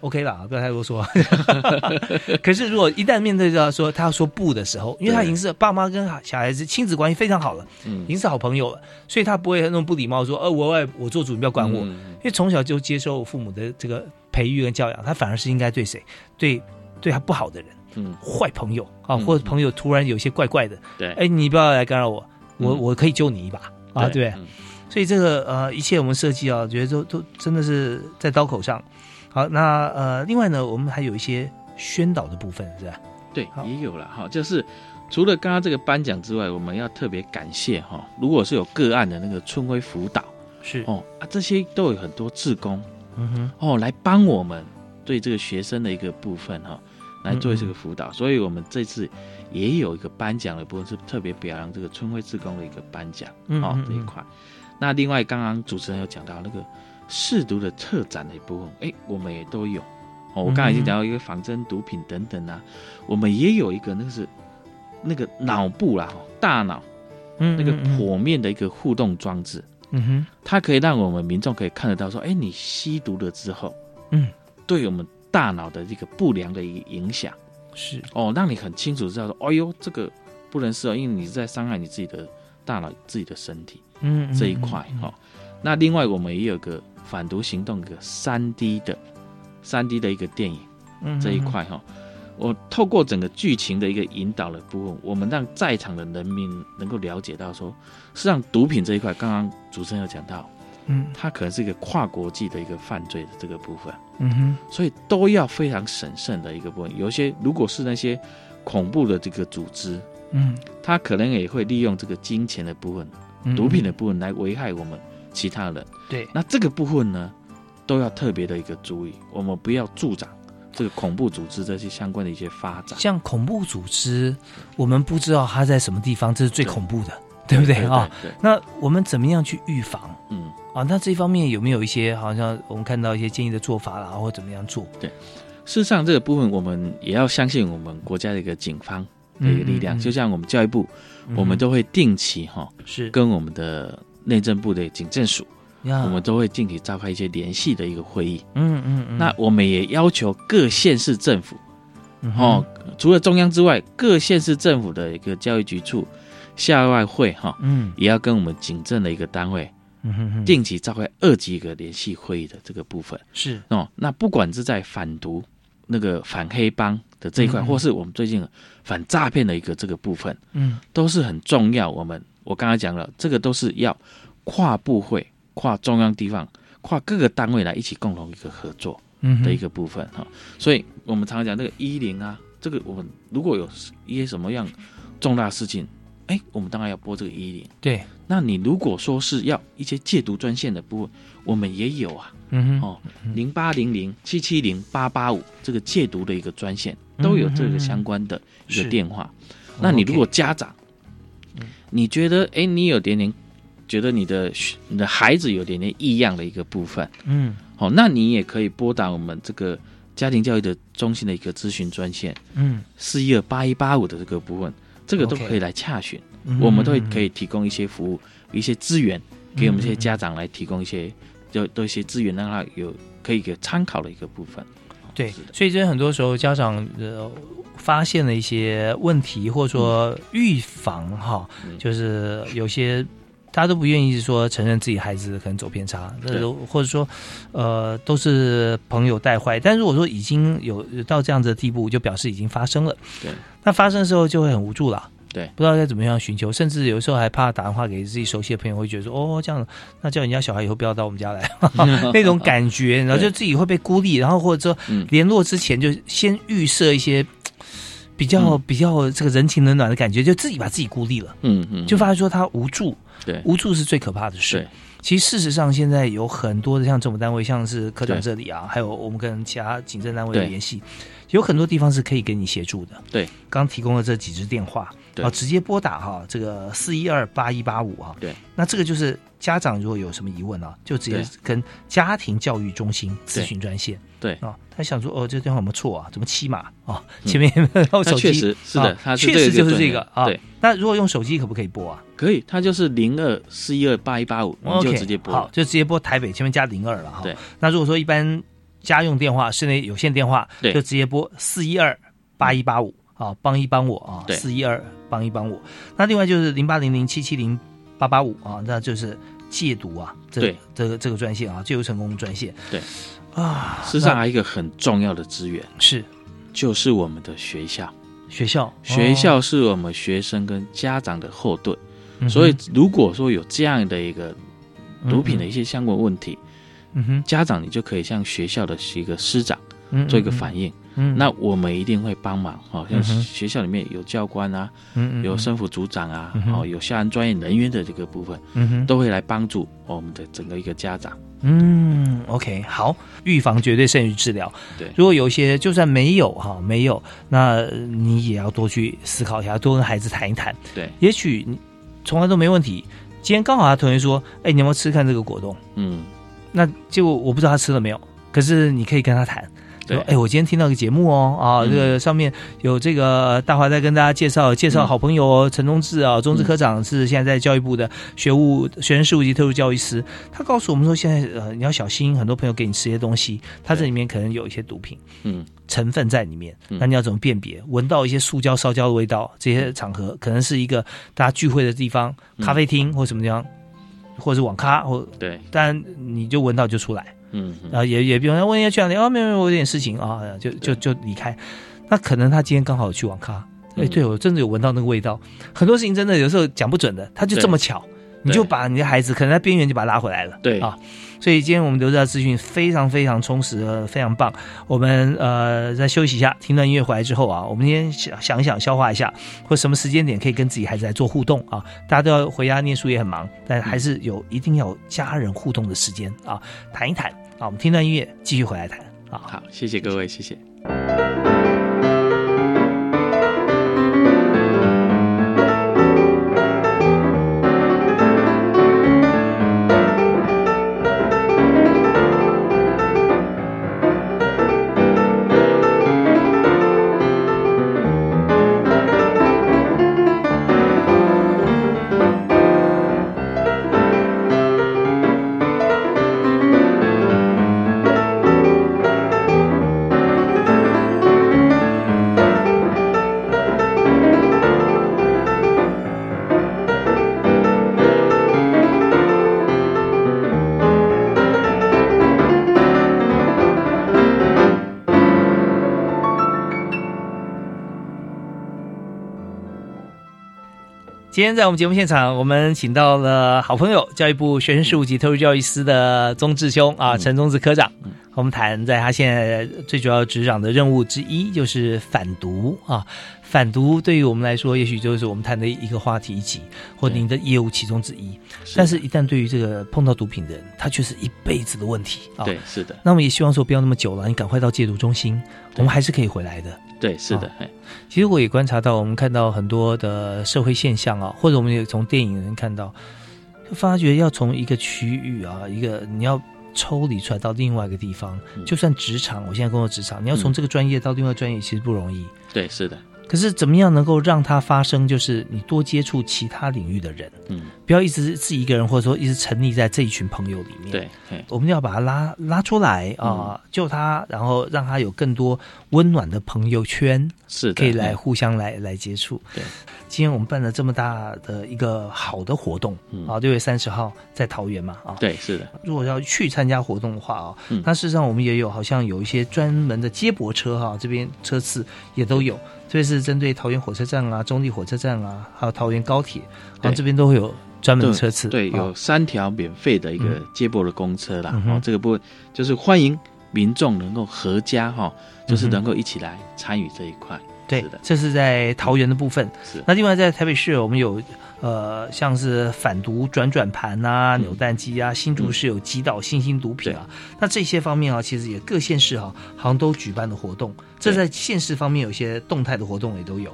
S1: ？OK 啦，不要太啰 嗦。可是如果一旦面对到说他要说不的时候，因为他已经是爸妈跟小孩子亲子关系非常好了，
S2: 嗯
S1: 已经是好朋友了，所以他不会那种不礼貌说，呃，我我我做主，你不要管我。
S2: 嗯
S1: 因为从小就接受父母的这个培育跟教养，他反而是应该对谁，对对他不好的人。
S2: 嗯，
S1: 坏朋友啊，
S2: 嗯
S1: 或者朋友突然有些怪怪的，
S2: 对，
S1: 哎，你不要来干扰我，我
S2: 嗯
S1: 我可以救你一把啊，对不对？
S2: 嗯
S1: 所以这个呃，一切我们设计啊，觉得都都真的是在刀口上。好，那呃，另外呢，我们还有一些宣导的部分，是吧？
S2: 对
S1: 好，
S2: 也有了哈，就是除了刚刚这个颁奖之外，我们要特别感谢哈，如果是有个案的那个春晖辅导
S1: 是，
S2: 哦啊，这些都有很多志工
S1: 嗯哼，
S2: 哦来帮我们对这个学生的一个部分哈、来做这个辅
S1: 嗯
S2: 导，所以我们这次也有一个颁奖的部分是特别表扬这个春晖志工的一个颁奖
S1: 嗯
S2: 哦
S1: 嗯
S2: 这一
S1: 嗯
S2: 块。那另外刚刚主持人有讲到那个试毒的特展的一部分，哎，我们也都有哦。我
S1: 嗯
S2: 刚才已经讲到一个仿真毒品等等啊，我们也有一个那个是那个脑部啦，哦大脑
S1: 嗯
S2: 那个
S1: 嗯嗯
S2: 剖面的一个互动装置。
S1: 嗯哼，
S2: 它可以让我们民众可以看得到，说，哎，你吸毒了之后，
S1: 嗯，
S2: 对我们大脑的这个不良的一个影响，
S1: 是，
S2: 哦，让你很清楚知道说，哎呦，这个不能适合，因为你是在伤害你自己的大脑、自己的身体
S1: 嗯
S2: 这一块，哦。那另外，我们也有个反毒行动的三 D 的三 D 的一个电影
S1: 嗯
S2: 这一，块哈、哦我透过整个剧情的一个引导的部分，我们让在场的人民能够了解到说，实际上毒品这一块，刚刚主持人有讲到。
S1: 嗯
S2: 它可能是一个跨国际的一个犯罪的这个部分，
S1: 嗯哼，
S2: 所以都要非常审慎的一个部分。有些如果是那些恐怖的这个组织，
S1: 嗯
S2: 它可能也会利用这个金钱的部分、
S1: 嗯，
S2: 毒品的部分来危害我们其他人。
S1: 对，
S2: 那这个部分呢，都要特别的一个注意，我们不要助长这个恐怖组织这些相关的一些发展。
S1: 像恐怖组织，我们不知道它在什么地方，这是最
S2: 对
S1: 恐怖的， 对不对啊？
S2: 对，对
S1: 那我们怎么样去预防？
S2: 嗯。
S1: 啊，那这方面有没有一些好像我们看到一些建议的做法啦，或怎么样做？
S2: 事实上，这个部分我们也要相信我们国家的一个警方的一个力量，
S1: 嗯嗯嗯
S2: 就像我们教育部，我们都会定期哈、
S1: 嗯是
S2: 跟我们的内政部的警政署，
S1: 呀
S2: 我们都会定期召开一些联系的一个会议。
S1: 嗯嗯嗯，
S2: 那我们也要求各县市政府，
S1: 嗯哼
S2: 哦，除了中央之外，各县市政府的一个教育局处校外会哈、
S1: 嗯
S2: 也要跟我们警政的一个单位
S1: 嗯哼哼
S2: 定期召开二级一个联系会议的这个部分
S1: 是
S2: 哦。那不管是在反毒、那个反黑帮的这一块，
S1: 嗯嗯
S2: 或是我们最近反诈骗的一个这个部分，
S1: 嗯
S2: 都是很重要。我们我刚才讲了，这个都是要跨部会、跨中央地方、跨各个单位来一起共同一个合作
S1: 嗯
S2: 的一个部分哈、所以我们常常讲这个一零啊，这个我们如果有一些什么样重大事情，哎，我们当然要拨这个一零。
S1: 对，
S2: 那你如果说是要一些戒毒专线的部分，我们也有啊，
S1: 嗯哼
S2: 哦，零八零零七七零八八五这个戒毒的一个专线都有这个相关的一
S1: 嗯是哦嗯
S2: 个电话。那你如果家长，你觉得哎，你有点点觉得你的学你的孩子有点点异样的一个部分，
S1: 嗯
S2: 好，那你也可以拨打我们这个家庭教育的中心的一个咨询专线
S1: 嗯，
S2: 四一二八一八五的这个部分，这个都
S1: OK
S2: 可以来洽询，
S1: 嗯嗯
S2: 我们都会可
S1: 以
S2: 以提供一些服务、一些资源给我们这些家长来提供一些，就多一些资源，让他有可以给参考的一个部分。
S1: 嗯对
S2: 是，的
S1: 所以这很多时候家长呃发现了一些问题，或者说预防哈，
S2: 嗯
S1: 就是有些大家都不愿意说承认自己孩子可能走偏差，那
S2: 对
S1: 都或者说，呃，都是朋友带坏。但如果说已经有到这样子的地步，就表示已经发生了。
S2: 对，
S1: 那发生的时候就会很无助啦。
S2: 对
S1: 不知道该怎么样寻求，甚至有时候还怕打电话给自己熟悉的朋友，会觉得说，哦，这样，那叫人家小孩以后不要到我们家 来，那种感觉，然后就自己会被孤立，然后或者说
S2: 嗯
S1: 联络之前就先预设一些。比较比较这个人情冷暖的感觉，就自己把自己孤立了。
S2: 嗯嗯，
S1: 就发现说他无助，
S2: 对
S1: 无助是最可怕的事
S2: 对。
S1: 其实事实上，现在有很多的像政府单位，像是科长
S2: 对
S1: 这里啊，还有我们跟其他警政单位的
S2: 对
S1: 联系，有很多地方是可以给你协助的。
S2: 对，
S1: 刚提供了这几支电话，
S2: 对
S1: 啊，直接拨打哈、这个四一二八一八五啊。
S2: 对，
S1: 那这个就是家长如果有什么疑问啊，就直接
S2: 对
S1: 跟家庭教育中心咨
S2: 对
S1: 询专线。
S2: 对
S1: 啊，他想说哦，这电话有没有错啊？怎么七码啊？
S2: 嗯
S1: 前面有没有
S2: 它
S1: 手机？
S2: 确实是的
S1: 啊，
S2: 它是
S1: 确实
S2: 这
S1: 就
S2: 个
S1: 是这
S2: 这
S1: 个啊。
S2: 对，
S1: 那如果用手机可不可以拨啊？
S2: 可以，它就是零二四一二八一八五，你
S1: 哦 OK，
S2: 就直接拨
S1: 好
S2: 了，，
S1: 就直接拨台北前面加零二了哈。
S2: 对，
S1: 那如果说一般家用电话、室内有线电话，
S2: 对
S1: 就直接拨四一二八一八五啊，帮一帮我啊，
S2: 对
S1: 四一二帮一帮我。那另外就是零八零零七七零八八五啊，那就是戒毒啊，这
S2: 对
S1: 这个这个专线啊，戒毒成功专线。
S2: 对
S1: 啊，
S2: 事实上还有一个很重要的资源，
S1: 那是
S2: 就是我们的学
S1: 哦
S2: 校。
S1: 学校，
S2: 学
S1: 哦
S2: 校是我们学生跟家长的后盾，
S1: 嗯哼
S2: 所以如果说有这样的一个毒品的一
S1: 嗯
S2: 些相关问题，
S1: 嗯哼
S2: 家长你就可以向学校的一个师长
S1: 嗯哼
S2: 做一个反应，
S1: 嗯
S2: 那我们一定会帮忙。好、
S1: 嗯
S2: 像
S1: 哼
S2: 学校里面有教官啊，
S1: 嗯嗯
S2: 有
S1: 嗯
S2: 生辅组长啊，
S1: 嗯哼
S2: 哦，有校安专业人员的这个部分，
S1: 嗯哼
S2: 都会来帮助我们的整个一个家长。
S1: 嗯，OK，好，预防绝对胜于治疗。
S2: 对
S1: 如果有一些就算没有哈，没有，那呃你也要多去思考一下，多跟孩子谈一谈。
S2: 对，
S1: 也许你从来都没问题，今天刚好他同学说：“哎，你有没有吃看这个果冻
S2: 嗯，？”
S1: 那结果我不知道他吃了没有，可是你可以跟他谈。
S2: 对
S1: 说，哎，我今天听到一个节目哦，啊，
S2: 嗯
S1: 这个上面有这个呃大华在跟大家介绍介绍
S2: 嗯
S1: 好朋友哦，陈忠志啊，忠志科长是现在在教育部的学务学生事务及特殊教育师，他告诉我们说，现在呃你要小心，很多朋友给你吃一些东西，它这里面可能有一些毒品
S2: 嗯，
S1: 成分在里面，
S2: 嗯
S1: 那你要怎么辨别？闻到一些塑胶烧焦的味道，这些场合可能是一个大家聚会的地方，
S2: 嗯
S1: 咖啡厅或什么地方，或者是网咖，或
S2: 对，
S1: 但你就闻到就出来。
S2: 嗯，嗯
S1: 啊，也也比方说问一下去哪里，哦，没有没有，我有点事情啊，就就就离开。那可能他今天刚好去网咖，哎，
S2: 嗯
S1: 对我真的有闻到那个味道。很多事情真的有时候讲不准的，他就这么巧，你就把你的孩子可能在边缘就把他拉回来了，
S2: 对
S1: 啊。所以今天我们留下的资讯非常非常充实，呃非常棒。我们呃再休息一下，听段音乐回来之后啊，我们今天想想一想消化一下，或什么时间点可以跟自己孩子来做互动啊。大家都要回家念书也很忙，但还是有一定要有家人互动的时间啊，谈一谈啊。我们听段音乐，继续回来谈啊。
S2: 好，谢谢各位，谢谢。
S1: 今天在我们节目现场，我们请到了好朋友教育部学生事务及特殊教育司的宗志兄啊，
S2: 嗯
S1: 陈宗志科长
S2: 嗯，
S1: 我们谈在他现在最主要执掌的任务之一就是反毒啊，反毒对于我们来说，也许就是我们谈的一个话题一集，或
S2: 对
S1: 您的业务其中之一。但是，一旦对于这个碰到毒品的人，他却是一辈子的问题啊。
S2: 对，是的，
S1: 那我们也希望说不要那么久了，你赶快到戒毒中心，我们还是可以回来的。
S2: 对，是
S1: 啊
S2: 的，哎
S1: 其实我也观察到，我们看到很多的社会现象啊，或者我们也从电影能看到，就发觉要从一个区域啊，一个你要抽离出来到另外一个地方，
S2: 嗯
S1: 就算职场，我现在工作职场，你要从
S2: 嗯
S1: 这个专业到另外专业，其实不容易。
S2: 对，是的，
S1: 可是怎么样能够让它发生？就是你多接触其他领域的人，
S2: 嗯，
S1: 不要一直自己一个人，或者说一直沉溺在这一群朋友里面。
S2: 对，哎
S1: 我们要把他拉拉出来啊，救他，然后让他有更多温暖的朋友圈。
S2: 是的，
S1: 可以来
S2: 哎
S1: 互相来来接触。
S2: 对，
S1: 今天我们办了这么大的一个好的活动
S2: 嗯
S1: 啊，六月三十号在桃园嘛啊，
S2: 对，是的，
S1: 如果要去参加活动的话啊、
S2: 嗯
S1: 那事实上我们也有好像有一些专门的接驳车哈、啊这边车次也都有，特别是针对桃园火车站啊、中立火车站啊，还有桃园高铁，然后
S2: 对
S1: 这边都会有专门的车次，
S2: 对，
S1: 啊
S2: 有三条免费的一个
S1: 嗯
S2: 接驳的公车啦
S1: 嗯。哼
S2: 哦，这个部分就是欢迎民众能够合家哈，就是
S1: 嗯哼
S2: 能够一起来参与这一块。
S1: 对
S2: 是的，
S1: 这是在桃园的部分。
S2: 是
S1: 那另外在台北市，我们有呃，像是反毒转转盘啊、
S2: 嗯
S1: 扭蛋机啊，新竹市有击倒新兴毒品啊。那这些方面啊，其实也各县市啊，好像都举办的活动，这
S2: 对
S1: 在县市方面有一些动态的活动也都有。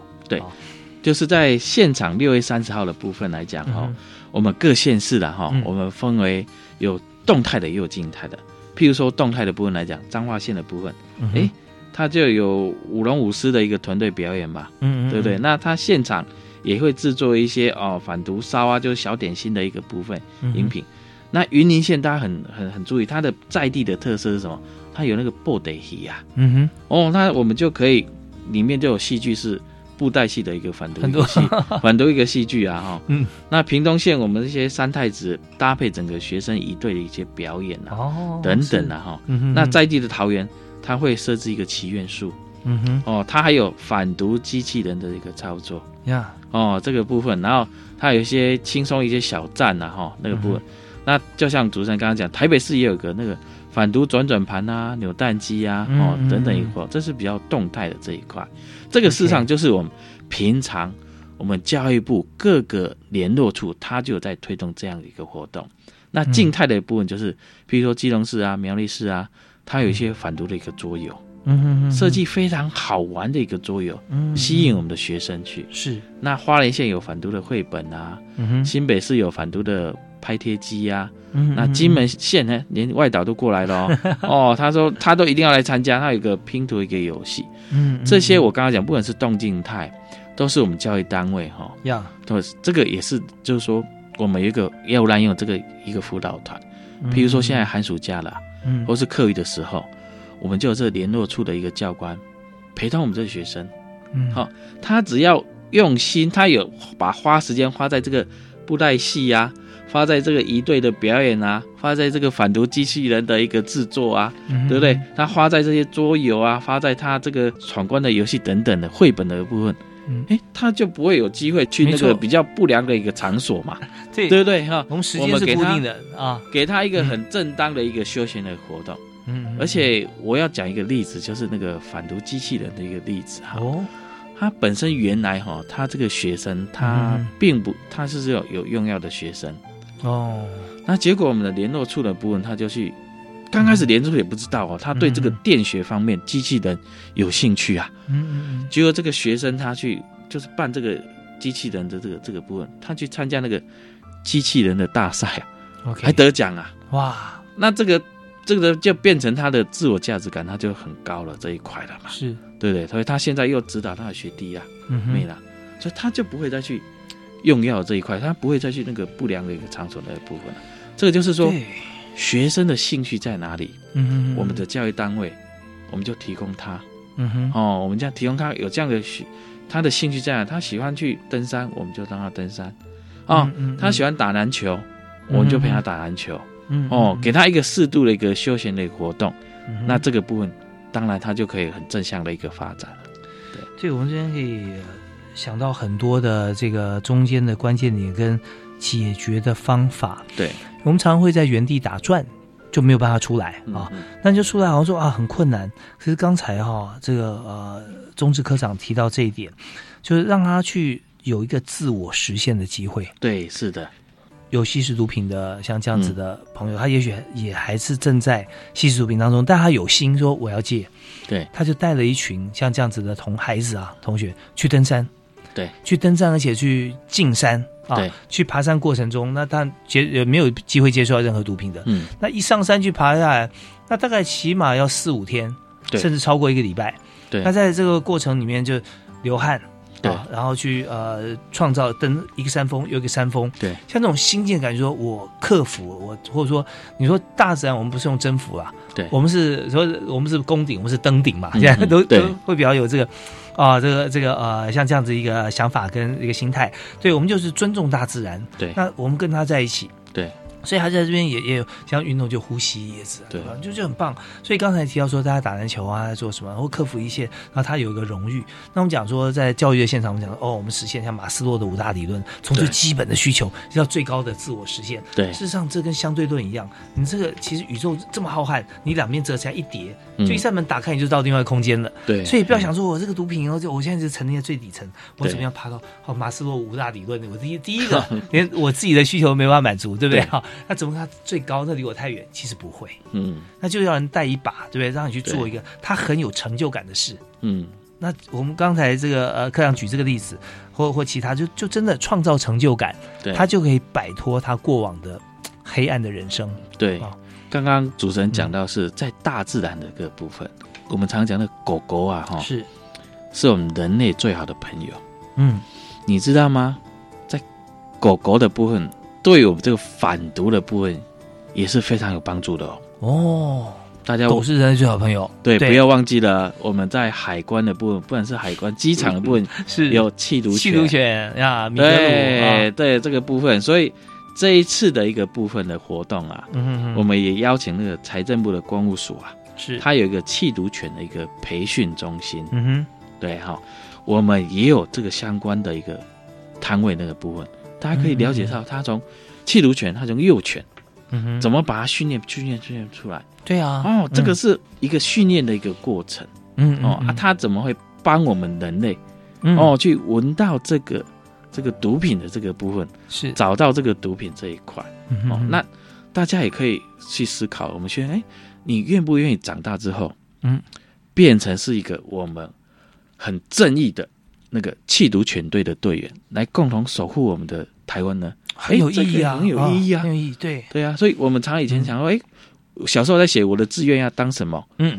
S2: 就是在现场六月三十号的部分来讲哈、
S1: 嗯
S2: 我们各县市的哈、
S1: 嗯
S2: 我们分为有动态的也有静态的。譬如说动态的部分来讲，彰化县的部分，
S1: 嗯哼
S2: 诶它就有舞龙舞狮的一个团队表演吧，
S1: 嗯嗯，
S2: 对不对？
S1: 嗯？
S2: 那它现场也会制作一些哦反毒烧啊，就是小点心的一个部分
S1: 嗯哼
S2: 饮品。那云林县大家很很很注意，它的在地的特色是什么？它有那个布袋戏啊，
S1: 嗯哼。
S2: 哦，那我们就可以里面就有戏剧是布袋戏的一个反毒
S1: 很
S2: 一
S1: 多
S2: 个 戏，反毒一个戏剧啊哈。
S1: 嗯，
S2: 那屏东县我们这些三太子搭配整个学生一队的一些表演啊、
S1: 哦，
S2: 等等
S1: 是，
S2: 啊哈。
S1: 嗯哼，
S2: 那在地的桃园，它会设置一个祈愿树
S1: 嗯哼
S2: 哦，它还有反毒机器人的一个操作
S1: 呀，
S2: 哦这个部分，然后它有一些轻松一些小站啊哈那个
S1: 嗯
S2: 部分。那就像主持人刚刚讲，台北市也有个那个反毒转转盘啊、扭蛋机啊，
S1: 嗯
S2: 哦
S1: 嗯
S2: 等等
S1: 嗯
S2: 一块，这是比较动态的这一块。这个市场
S1: OK
S2: 就是我们平常我们教育部各个联络处，它就有在推动这样的一个活动。那静态的部分就是，比如说基隆市啊、苗栗市啊，它有一些反毒的一个桌游，
S1: 嗯哼哼
S2: 设计非常好玩的一个桌游，
S1: 嗯
S2: 吸引我们的学生去。
S1: 是，
S2: 那花莲县有反毒的绘本啊，
S1: 嗯哼
S2: 新北市有反毒的拍贴机啊，
S1: 嗯哼，
S2: 那金门县呢，连外岛都过来了哦。 哦，他说他都一定要来参加，他有一个拼图一个游戏，
S1: 嗯，嗯
S2: 这些我刚刚讲，不管是动静态，都是我们教育单位哈、
S1: 嗯呀，
S2: 都是这个也是，就是说我们有一个业务滥用这个一个辅导团，比如说现在寒暑假了，
S1: 嗯，
S2: 或是课余的时候，我们就有这联络处的一个教官陪同我们这个学生，
S1: 嗯
S2: 好他只要用心，他有把花时间花在这个布袋戏呀、花在这个一队的表演啊，花在这个反毒机器人的一个制作啊，
S1: 嗯
S2: 对不对？他花在这些桌游啊，花在他这个闯关的游戏等等的绘本的部分
S1: 嗯，
S2: 哎、他就不会有机会去那
S1: 没错
S2: 个比较不良的一个场所嘛，
S1: 对
S2: 对不对哈？
S1: 我们时
S2: 我
S1: 间
S2: 们
S1: 是
S2: 给
S1: 固
S2: 他
S1: 定的啊，
S2: 给他一个很正当的一个休闲的活动，
S1: 嗯，嗯
S2: 而且我要讲一个例子，就是那个反毒机器人的一个例子哈。
S1: 哦，
S2: 他本身原来哈、他这个学生他
S1: 嗯
S2: 并不，他是有有用药的学生。
S1: 哦，
S2: 那结果我们的联络处的部分，他就去，刚开始联络处也不知道哦，他对这个
S1: 嗯
S2: 电学方面机器人有兴趣啊。
S1: 嗯嗯
S2: 结果这个学生他去就是办这个机器人的这个这个部分，他去参加那个机器人的大赛啊，
S1: 嗯，OK，
S2: 还得奖啊。
S1: 哇，
S2: 那这个这个就变成他的自我价值感，他就很高了这一块了嘛，
S1: 是，
S2: 对不对？所以他现在又指导他的学弟啊。
S1: 嗯哼
S2: 没啦，所以他就不会再去用药这一块，他不会再去那个不良的一个场所那个部分了。这个就是说，
S1: 对
S2: 学生的兴趣在哪里，
S1: 嗯哼，
S2: 我们的教育单位我们就提供他
S1: 嗯哼，
S2: 哦，我们这样提供他有这样的需，他的兴趣在哪，他喜欢去登山，我们就让他登山哦，
S1: 嗯，
S2: 他喜
S1: 欢
S2: 欢打篮球，我们就陪他打篮球
S1: 嗯
S2: 哦，给他一个适度的一个休闲的一个活动，那这个部分当然他就可以很正向的一个发展了。
S1: 对，我们这边可以呃想到很多的这个中间的关键点跟解决的方法。
S2: 对，
S1: 我们常常会在原地打转，就没有办法出来
S2: 嗯
S1: 啊。
S2: 嗯
S1: 那就出来好像说啊很困难。可是刚才哈、这个呃中志科长提到这一点，就是让他去有一个自我实现的机会。
S2: 对，是的，
S1: 有吸食毒品的像这样子的
S2: 嗯
S1: 朋友，他也许也还是正在吸食毒品当中，但他有心说我要戒，
S2: 对，
S1: 他就带了一群像这样子的同孩子啊同学去登山，
S2: 对，
S1: 去登山而且去进山啊
S2: 对，
S1: 去爬山过程中，那他接也没有机会接触到任何毒品的，
S2: 嗯，
S1: 那一上山去爬下来，那大概起码要四五天，
S2: 对
S1: 甚至超过一个礼拜。
S2: 对
S1: 那在这个过程里面就流汗，
S2: 对
S1: 啊然后去呃创造登一个山峰又一个山峰，
S2: 对
S1: 像这种心境的感觉，说我克服我，或者说你说大自然，我们不是用征服啦，
S2: 对
S1: 我们是说我们是攻顶，我们是登顶嘛，
S2: 嗯
S1: 现在都、
S2: 对
S1: 都会比较有这个啊、这个这个呃，像这样子一个想法跟一个心态，对我们就是尊重大自然，
S2: 对
S1: 那我们跟他在一起，
S2: 对。
S1: 所以他在这边也也有像运动就呼吸叶子啊，
S2: 对
S1: 吧？就就很棒。所以刚才提到说大家打篮球啊，做什么，然后克服一切，然后他有一个荣誉。那我们讲说在教育的现场，我们讲哦，我们实现像马斯洛的五大理论，从最
S2: 对
S1: 基本的需求到最高的自我实现，
S2: 对
S1: 事，实上，这跟相对论一样，你这个其实宇宙这么浩瀚，你两边折起来一叠，
S2: 嗯
S1: 就一扇门打开，你就到另外一个空间了。
S2: 对，
S1: 所以不要
S2: 嗯
S1: 想说我这个毒品，然后就我现在就沉溺在最底层，我
S2: 对
S1: 怎么样爬到好马斯洛五大理论？我第一第一个 连我自己的需求都没办法满足，对不对？
S2: 对
S1: 哈，那怎么它最高？那离我太远？其实不会，
S2: 嗯
S1: 那就要人带一把，对不对？让你去做
S2: 对
S1: 一个他很有成就感的事。
S2: 嗯，
S1: 那我们刚才这个呃，科长举这个例子，或或其他，就就真的创造成就感，
S2: 对，
S1: 他就可以摆脱他过往的黑暗的人生。
S2: 对
S1: 哦，嗯
S2: 刚刚主持人讲到是在大自然的各个部分，我们常讲的狗狗啊，哈，
S1: 是，
S2: 是我们人类最好的朋友，
S1: 嗯，
S2: 你知道吗？在狗狗的部分，对我们这个反毒的部分也是非常有帮助的哦。
S1: 哦，
S2: 大家
S1: 狗是人类最好朋友，
S2: 对，
S1: 对
S2: 不要忘记了我们在海关的部分，不管是海关、机场的部分，
S1: 是
S2: 有气毒
S1: 气毒犬呀，米格鲁
S2: 对
S1: 啊，
S2: 对这个部分，所以这一次的一个部分的活动啊，
S1: 嗯哼哼，
S2: 我们也邀请那个财政部的公务署啊，
S1: 是，
S2: 它有一个弃毒犬的一个培训中心，
S1: 嗯
S2: 对哈、我们也有这个相关的一个摊位那个部分，大家可以了解到它从弃毒犬，它从幼犬
S1: 哼，嗯哼，
S2: 怎
S1: 么？
S2: 么把它训练、训练、训练出来。
S1: 对啊，
S2: 哦，这个
S1: 嗯
S2: 是一个训练的一个过程
S1: 嗯
S2: 哦啊，它怎么会帮我们人类哦，去闻到这个这个毒品的这个部分，
S1: 是
S2: 找到这个毒品这一块哦。
S1: 嗯
S2: 那大家也可以去思考，我们说，哎，你愿不愿意长大之后，
S1: 嗯，
S2: 变成是一个我们很正义的那个弃毒犬队的队员，来共同守护我们的台湾呢？
S1: 很有意义啊，
S2: 哎这个很有意义啊
S1: 很有意义，对，
S2: 对啊，所以我们常以前想说，哎，小时候在写我的志愿要当什么，
S1: 嗯，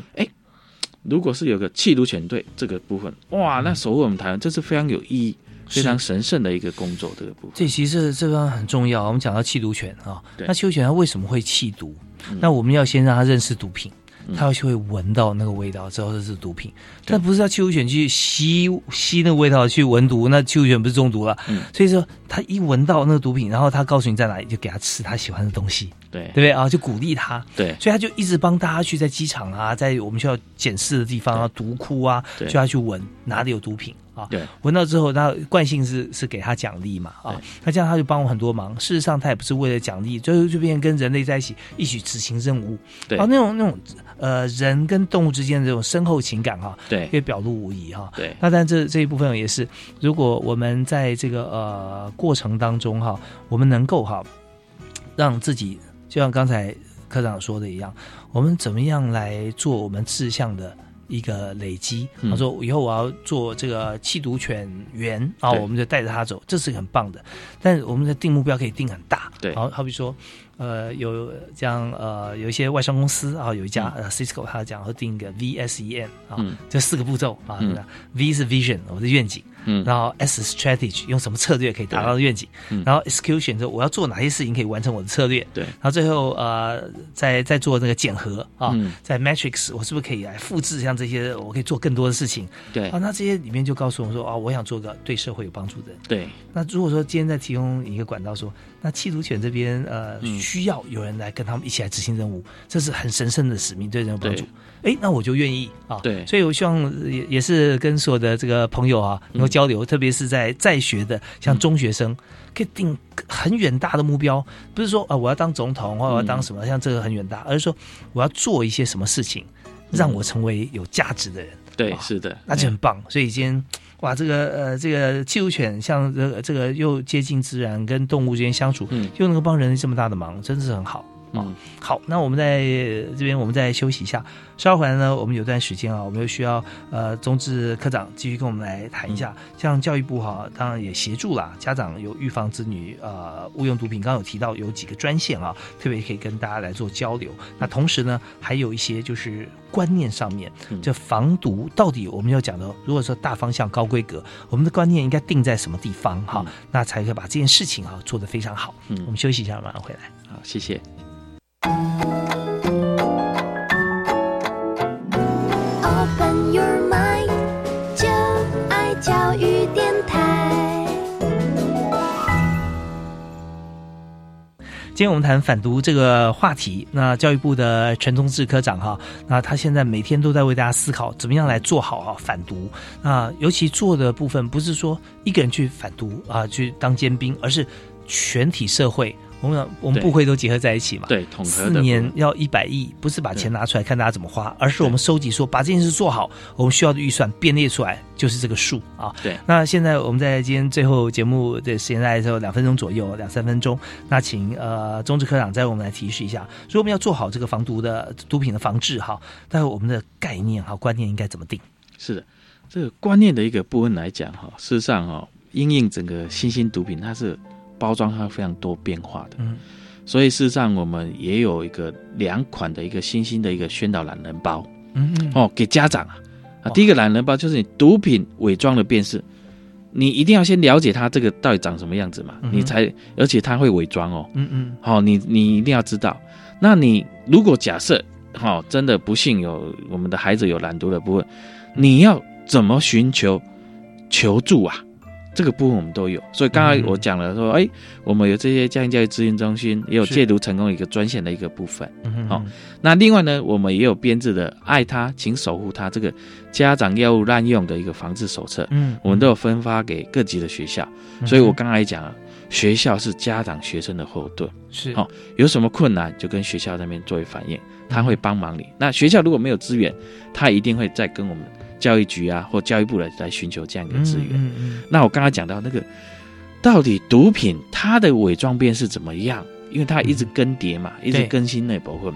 S2: 如果是有个弃毒犬队这个部分，哇，
S1: 嗯
S2: 那守护我们台湾，这是非常有意义、
S1: 是
S2: 非常神圣的一个工作。这个部分，
S1: 这其实这地方很重要。我们讲到弃毒犬啊，
S2: 对嗯
S1: 那弃毒犬它为什么会弃毒？那我们要先让它认识毒品，它要去会闻到那个味道，知道这是毒品。但不是要弃毒犬去吸吸那个味道去闻毒，那弃毒犬不是中毒了？
S2: 嗯
S1: 所以说，它一闻到那个毒品，然后它告诉你在哪里，就给它吃它喜欢的东西，
S2: 对
S1: 对不对啊？就鼓励它。
S2: 对
S1: 所以他就一直帮大家去在机场啊，在我们需要检视的地方啊，毒库啊，
S2: 对
S1: 就要去闻哪里有毒品啊。
S2: 对，
S1: 闻到之后，那惯性是是给他奖励嘛啊
S2: 对，
S1: 那这样他就帮我很多忙。事实上，他也不是为了奖励，最后就变成跟人类在一起一起执行任务。
S2: 对
S1: 啊，那种那种呃人跟动物之间的这种深厚情感哈、
S2: 对
S1: 可以表露无遗啊哈、
S2: 对
S1: 那但这这一部分也是，如果我们在这个呃过程当中哈，我们能够哈，让自己就像刚才科长说的一样，我们怎么样来做我们志向的一个累积？
S2: 嗯
S1: 他说以后我要做这个弃毒犬员啊，
S2: 对
S1: 我们就带着他走，这是很棒的。但我们的定目标可以定很大，
S2: 对
S1: 好好比说。呃，有这样呃，有一些外商公司啊，有一家、呃 Cisco，他讲会定一个 VSEN 啊，
S2: 嗯
S1: 这四个步骤啊、
S2: 嗯
S1: 对吧 v 是 vision，我的愿景，
S2: 嗯
S1: 然后 S 是 strategy，用什么策略可以达到愿景，
S2: 嗯
S1: 然后 execution 是我要做哪些事情可以完成我的策略，
S2: 对
S1: 然后最后呃，再再做那个检核啊，
S2: 嗯
S1: 在 matrix 我是不是可以来复制像这些，我可以做更多的事情
S2: 对
S1: 啊？那这些里面就告诉我们说啊、我想做个对社会有帮助的人。
S2: 对
S1: 那如果说今天再提供一个管道说，那弃毒犬这边呃、
S2: 嗯
S1: 需要有人来跟他们一起来执行任务，这是很神圣的使命，对人有帮助
S2: 对。
S1: 哎，那我就愿意啊。
S2: 对
S1: 所以我希望呃也也是跟所有的这个朋友啊
S2: 嗯
S1: 能够交流，特别是在在学的像中学生，可以定很远大的目标，不是说啊、我要当总统或者我要
S2: 嗯
S1: 当什么，像这个很远大，而是说我要做一些什么事情，让我成为有价值的人。
S2: 嗯对
S1: 啊，
S2: 是的，
S1: 那就很棒。所以今天，哇，这个呃，这个弃毒犬像这个这个又接近自然，跟动物之间相处，
S2: 嗯
S1: 又能够帮人类这么大的忙，真是很好。哦
S2: 嗯，
S1: 好，那我们在这边我们再休息一下，稍后回来呢，我们有段时间啊，我们又需要呃宗志科长继续跟我们来谈一下，
S2: 嗯
S1: 像教育部哈、当然也协助啦，家长有预防子女呃误用毒品，刚刚有提到有几个专线啊，特别可以跟大家来做交流。那同时呢，还有一些就是观念上面，
S2: 嗯
S1: 这防毒到底我们要讲的，如果说大方向高规格，我们的观念应该定在什么地方哈、
S2: 嗯
S1: 那才可以把这件事情啊做得非常好。我
S2: 嗯
S1: 们，休息一下，马上回来。
S2: 好，谢谢。
S9: Open your mind，就爱教育电台。
S1: 今天我们谈反毒这个话题，那教育部的陈宗志科长哈，那他现在每天都在为大家思考怎么样来做好哈反毒。那尤其做的部分，不是说一个人去反毒啊，去当尖兵，而是全体社会，我们我们
S2: 对
S1: 部会都结合在一起嘛。
S2: 对，统合
S1: 四
S2: 的部
S1: 年
S2: 分
S1: 要一百亿，不是把
S2: 对
S1: 钱拿出来看大家怎么花，而是我
S2: 对
S1: 们收集说把这件事做好，我们需要的预算编列出来，就是这个数啊。
S2: 对
S1: 那现在我们在今天最后节目的时间大概只有两分钟左右，两三分钟。那请呃中志科长再为我们来提示一下，所以我们要做好这个防毒的毒品的防治哈，但我们的概念哈观念应该怎么定？
S2: 是的，这个观念的一个部分来讲哈，事实上哈，因应整个新兴毒品，它是包装它非常多变化的，
S1: 嗯
S2: 所以事实上我们也有一个两款的一个新兴的一个宣导懒人包
S1: 嗯嗯
S2: 哦，给家长啊。啊，
S1: 哇
S2: 第一个懒人包就是你毒品伪装的辨识，你一定要先了解它这个到底长什么样子嘛，
S1: 嗯哼
S2: 你才而且它会伪装哦，
S1: 嗯嗯
S2: 好、你你一定要知道。那你如果假设，好、真的不幸有我们的孩子有懒惰的部分，你要怎么寻求求助啊？这个部分我们都有，所以刚才
S1: 嗯
S2: 我讲了说，哎、我们有这些家庭教育咨询中心，也有
S1: 是
S2: 戒毒成功一个专线的一个部分。
S1: 嗯，
S2: 好那另外呢，我们也有编制的“爱他，请守护他”这个家长药物滥用的一个防治手册，
S1: 嗯，
S2: 我们都有分发给各级的学校。
S1: 嗯
S2: 所以我刚才讲了，学校是家长学生的后盾。
S1: 是
S2: 好有什么困难就跟学校那边作为反映，他会帮忙你。那学校如果没有资源，他一定会再跟我们教育局啊或教育部来来寻求这样一个资源。
S1: 嗯嗯
S2: 那我刚刚讲到那个，到底毒品它的伪装变是怎么样？因为它一直更迭嘛，一直
S1: 对
S2: 更新那部分。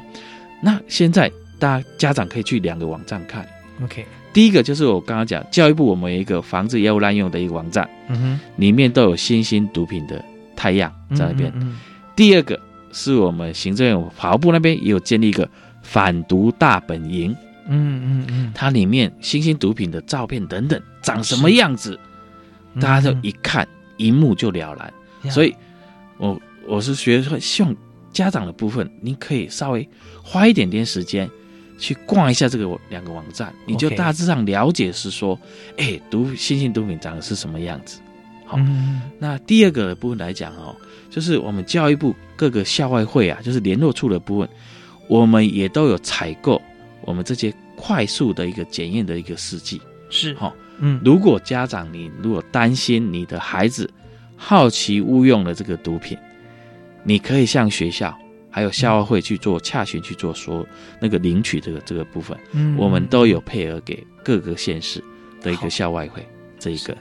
S2: 那现在大家家长可以去两个网站看，
S1: 嗯，OK，
S2: 第一个就是我刚刚讲教育部我们有一个防治药物滥用的一个网站，
S1: 嗯
S2: 里面都有新兴毒品的太阳
S1: 哼，
S2: 在那边。
S1: 嗯嗯
S2: 第二个是我们行政院法务部那边也有建立一个反毒大本营，
S1: 嗯嗯嗯
S2: 它里面新兴毒品的照片等等长什么样子，
S1: 嗯，
S2: 大家就一看一目就了然。
S1: 嗯
S2: 所以，我我是觉得说，希望家长的部分，您可以稍微花一点点时间去逛一下这个两个网站，你就
S1: OK
S2: 大致上了解是说，哎，毒新兴毒品长得是什么样子。好
S1: 嗯嗯
S2: 那第二个的部分来讲哦，就是我们教育部各个校外会啊，就是联络处的部分，我们也都有采购我们这些快速的一个检验的一个试剂。
S1: 是
S2: 好
S1: 嗯
S2: 如果家长你如果担心你的孩子好奇误用了这个毒品，你可以向学校还有校外会去做洽询，去做说那个领取这个这个部分，
S1: 嗯
S2: 我们
S1: 嗯
S2: 都有配合给各个县市的一
S1: 好
S2: 个校外会这一个。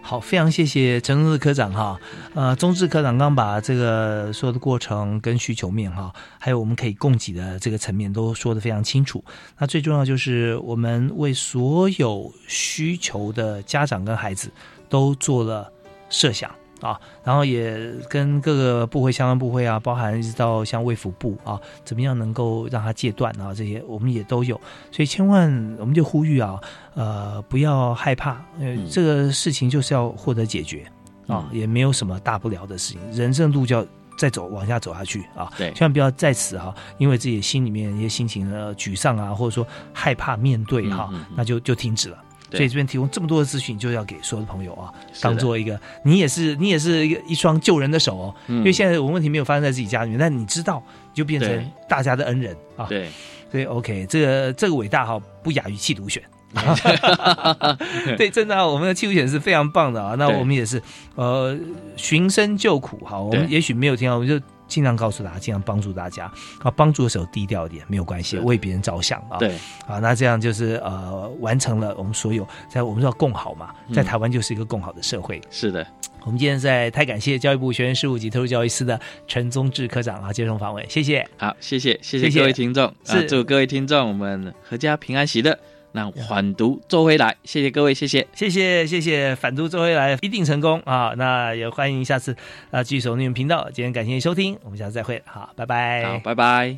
S1: 好，非常谢谢陈忠志科长哈，呃，忠志科长刚把这个所有的过程跟需求面哈，还有我们可以供给的这个层面都说得非常清楚。那最重要就是我们为所有需求的家长跟孩子都做了设想。啊，然后也跟各个部会、相关部会啊，包含一直到像卫福部啊，怎么样能够让它戒断啊，这些我们也都有。所以千万我们就呼吁啊，呃，不要害怕，呃，
S2: 嗯
S1: 这个事情就是要获得解决啊，
S2: 嗯
S1: 也没有什么大不了的事情，人生路就要再走往下走下去啊，
S2: 对
S1: 千万不要在此哈、因为自己的心里面一些心情的沮丧啊，或者说害怕面对哈、
S2: 嗯嗯嗯
S1: 那就就停止了。
S2: 对
S1: 所以这边提供这么多的资讯，就要给所有的朋友啊，
S2: 是的
S1: 当做一个你也是你也是一个一双救人的手哦，
S2: 因
S1: 因为现在我们问题没有发生在自己家里面，但你知道，你就变
S2: 嗯对
S1: 成大家的恩人啊。
S2: 对
S1: 对，OK，这个这个伟大哈，不亚于弃毒 犬。对，真的啊、我们的弃毒犬是非常棒的啊。那
S2: 对
S1: 我们也是，呃，寻声救苦哈。我们
S2: 对
S1: 也许没有听到，我们就尽量告诉大家，尽量帮助大家啊，帮助的时候低调一点没有关系，
S2: 是
S1: 为别人着想啊。
S2: 对，
S1: 啊，那这样就是呃，完成了我们所有在我们叫共好嘛，在
S2: 嗯
S1: 台湾就是一个共好的社会。
S2: 是的，
S1: 我们今天在太感谢教育部学生事务及特殊教育司的陈宗志科长啊接受访问，谢谢。
S2: 好，谢谢，谢
S1: 谢谢
S2: 各位听众啊
S1: 是，嗯
S2: 祝各位听众我们阖家平安喜乐。那缓读做回来，谢谢各位，谢谢。
S1: 谢谢谢谢反毒周回来一定成功啊！那也呃欢迎下次啊继续锁定我们频道。今天感谢您收听，我们下次再会，好，拜拜。
S2: 好，拜拜。